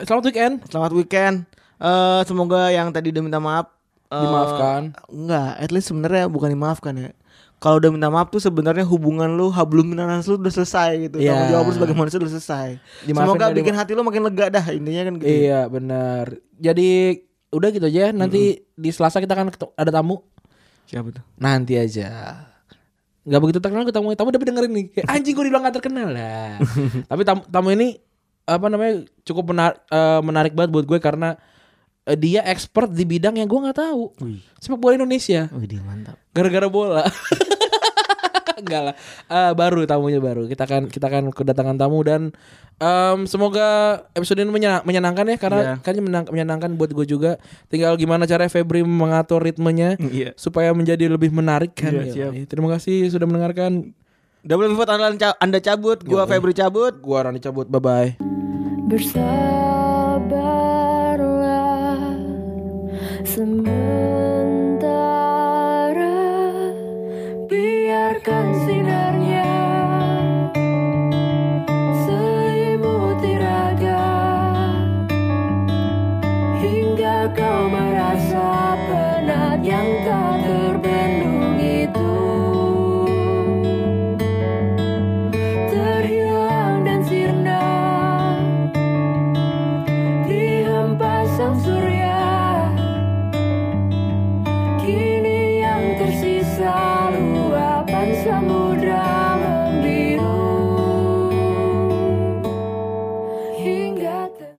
[SPEAKER 3] Selamat weekend
[SPEAKER 2] Selamat weekend. Eh semoga yang tadi udah minta maaf eh,
[SPEAKER 3] Dimaafkan.
[SPEAKER 2] Enggak, at least sebenarnya bukan dimaafkan ya. Kalau udah minta maaf tuh sebenarnya hubungan lu hablum minanas lu udah selesai gitu.
[SPEAKER 3] Iya.
[SPEAKER 2] Tanggung jawab lu sebagai manusia udah selesai.
[SPEAKER 3] Dimaafin
[SPEAKER 2] semoga
[SPEAKER 3] dari-
[SPEAKER 2] bikin hati lu makin lega dah intinya kan gitu.
[SPEAKER 3] Iya benar. Jadi udah gitu aja. Nanti di Selasa kita akan ketu- ada tamu.
[SPEAKER 2] Siapa tuh?
[SPEAKER 3] Nanti aja. Gak begitu terkenal ketemu "Eh, tamu tapi dengerin nih. Kayak, Anjing gue dibilang gak terkenal lah. tapi tamu, tamu ini apa namanya cukup menar- eh, menarik banget buat gue karena eh, dia expert di bidang yang gue nggak tahu. Sepak bola Indonesia.
[SPEAKER 2] Wih, dia mantap.
[SPEAKER 3] Gara-gara bola. Enggak lah. Eh, baru tamunya baru. Kita akan kita akan kedatangan tamu dan em, semoga episode ini menyena- menyenangkan ya karena
[SPEAKER 2] Iya.
[SPEAKER 3] kayaknya menang- menyenangkan buat gue juga. Tinggal gimana cara Febri mengatur ritmenya
[SPEAKER 2] Iya.
[SPEAKER 3] supaya menjadi lebih menarik kan.
[SPEAKER 2] Iya,
[SPEAKER 3] ya.
[SPEAKER 2] siap.
[SPEAKER 3] Ya, Terima kasih sudah mendengarkan.
[SPEAKER 2] Double pivot anda, anda cabut, gua Febri cabut.
[SPEAKER 3] Gua Rani cabut. Bye bye.
[SPEAKER 7] Bersabarlah sementara biarkan sinarnya selimuti raga hingga kau merasa penat yang tak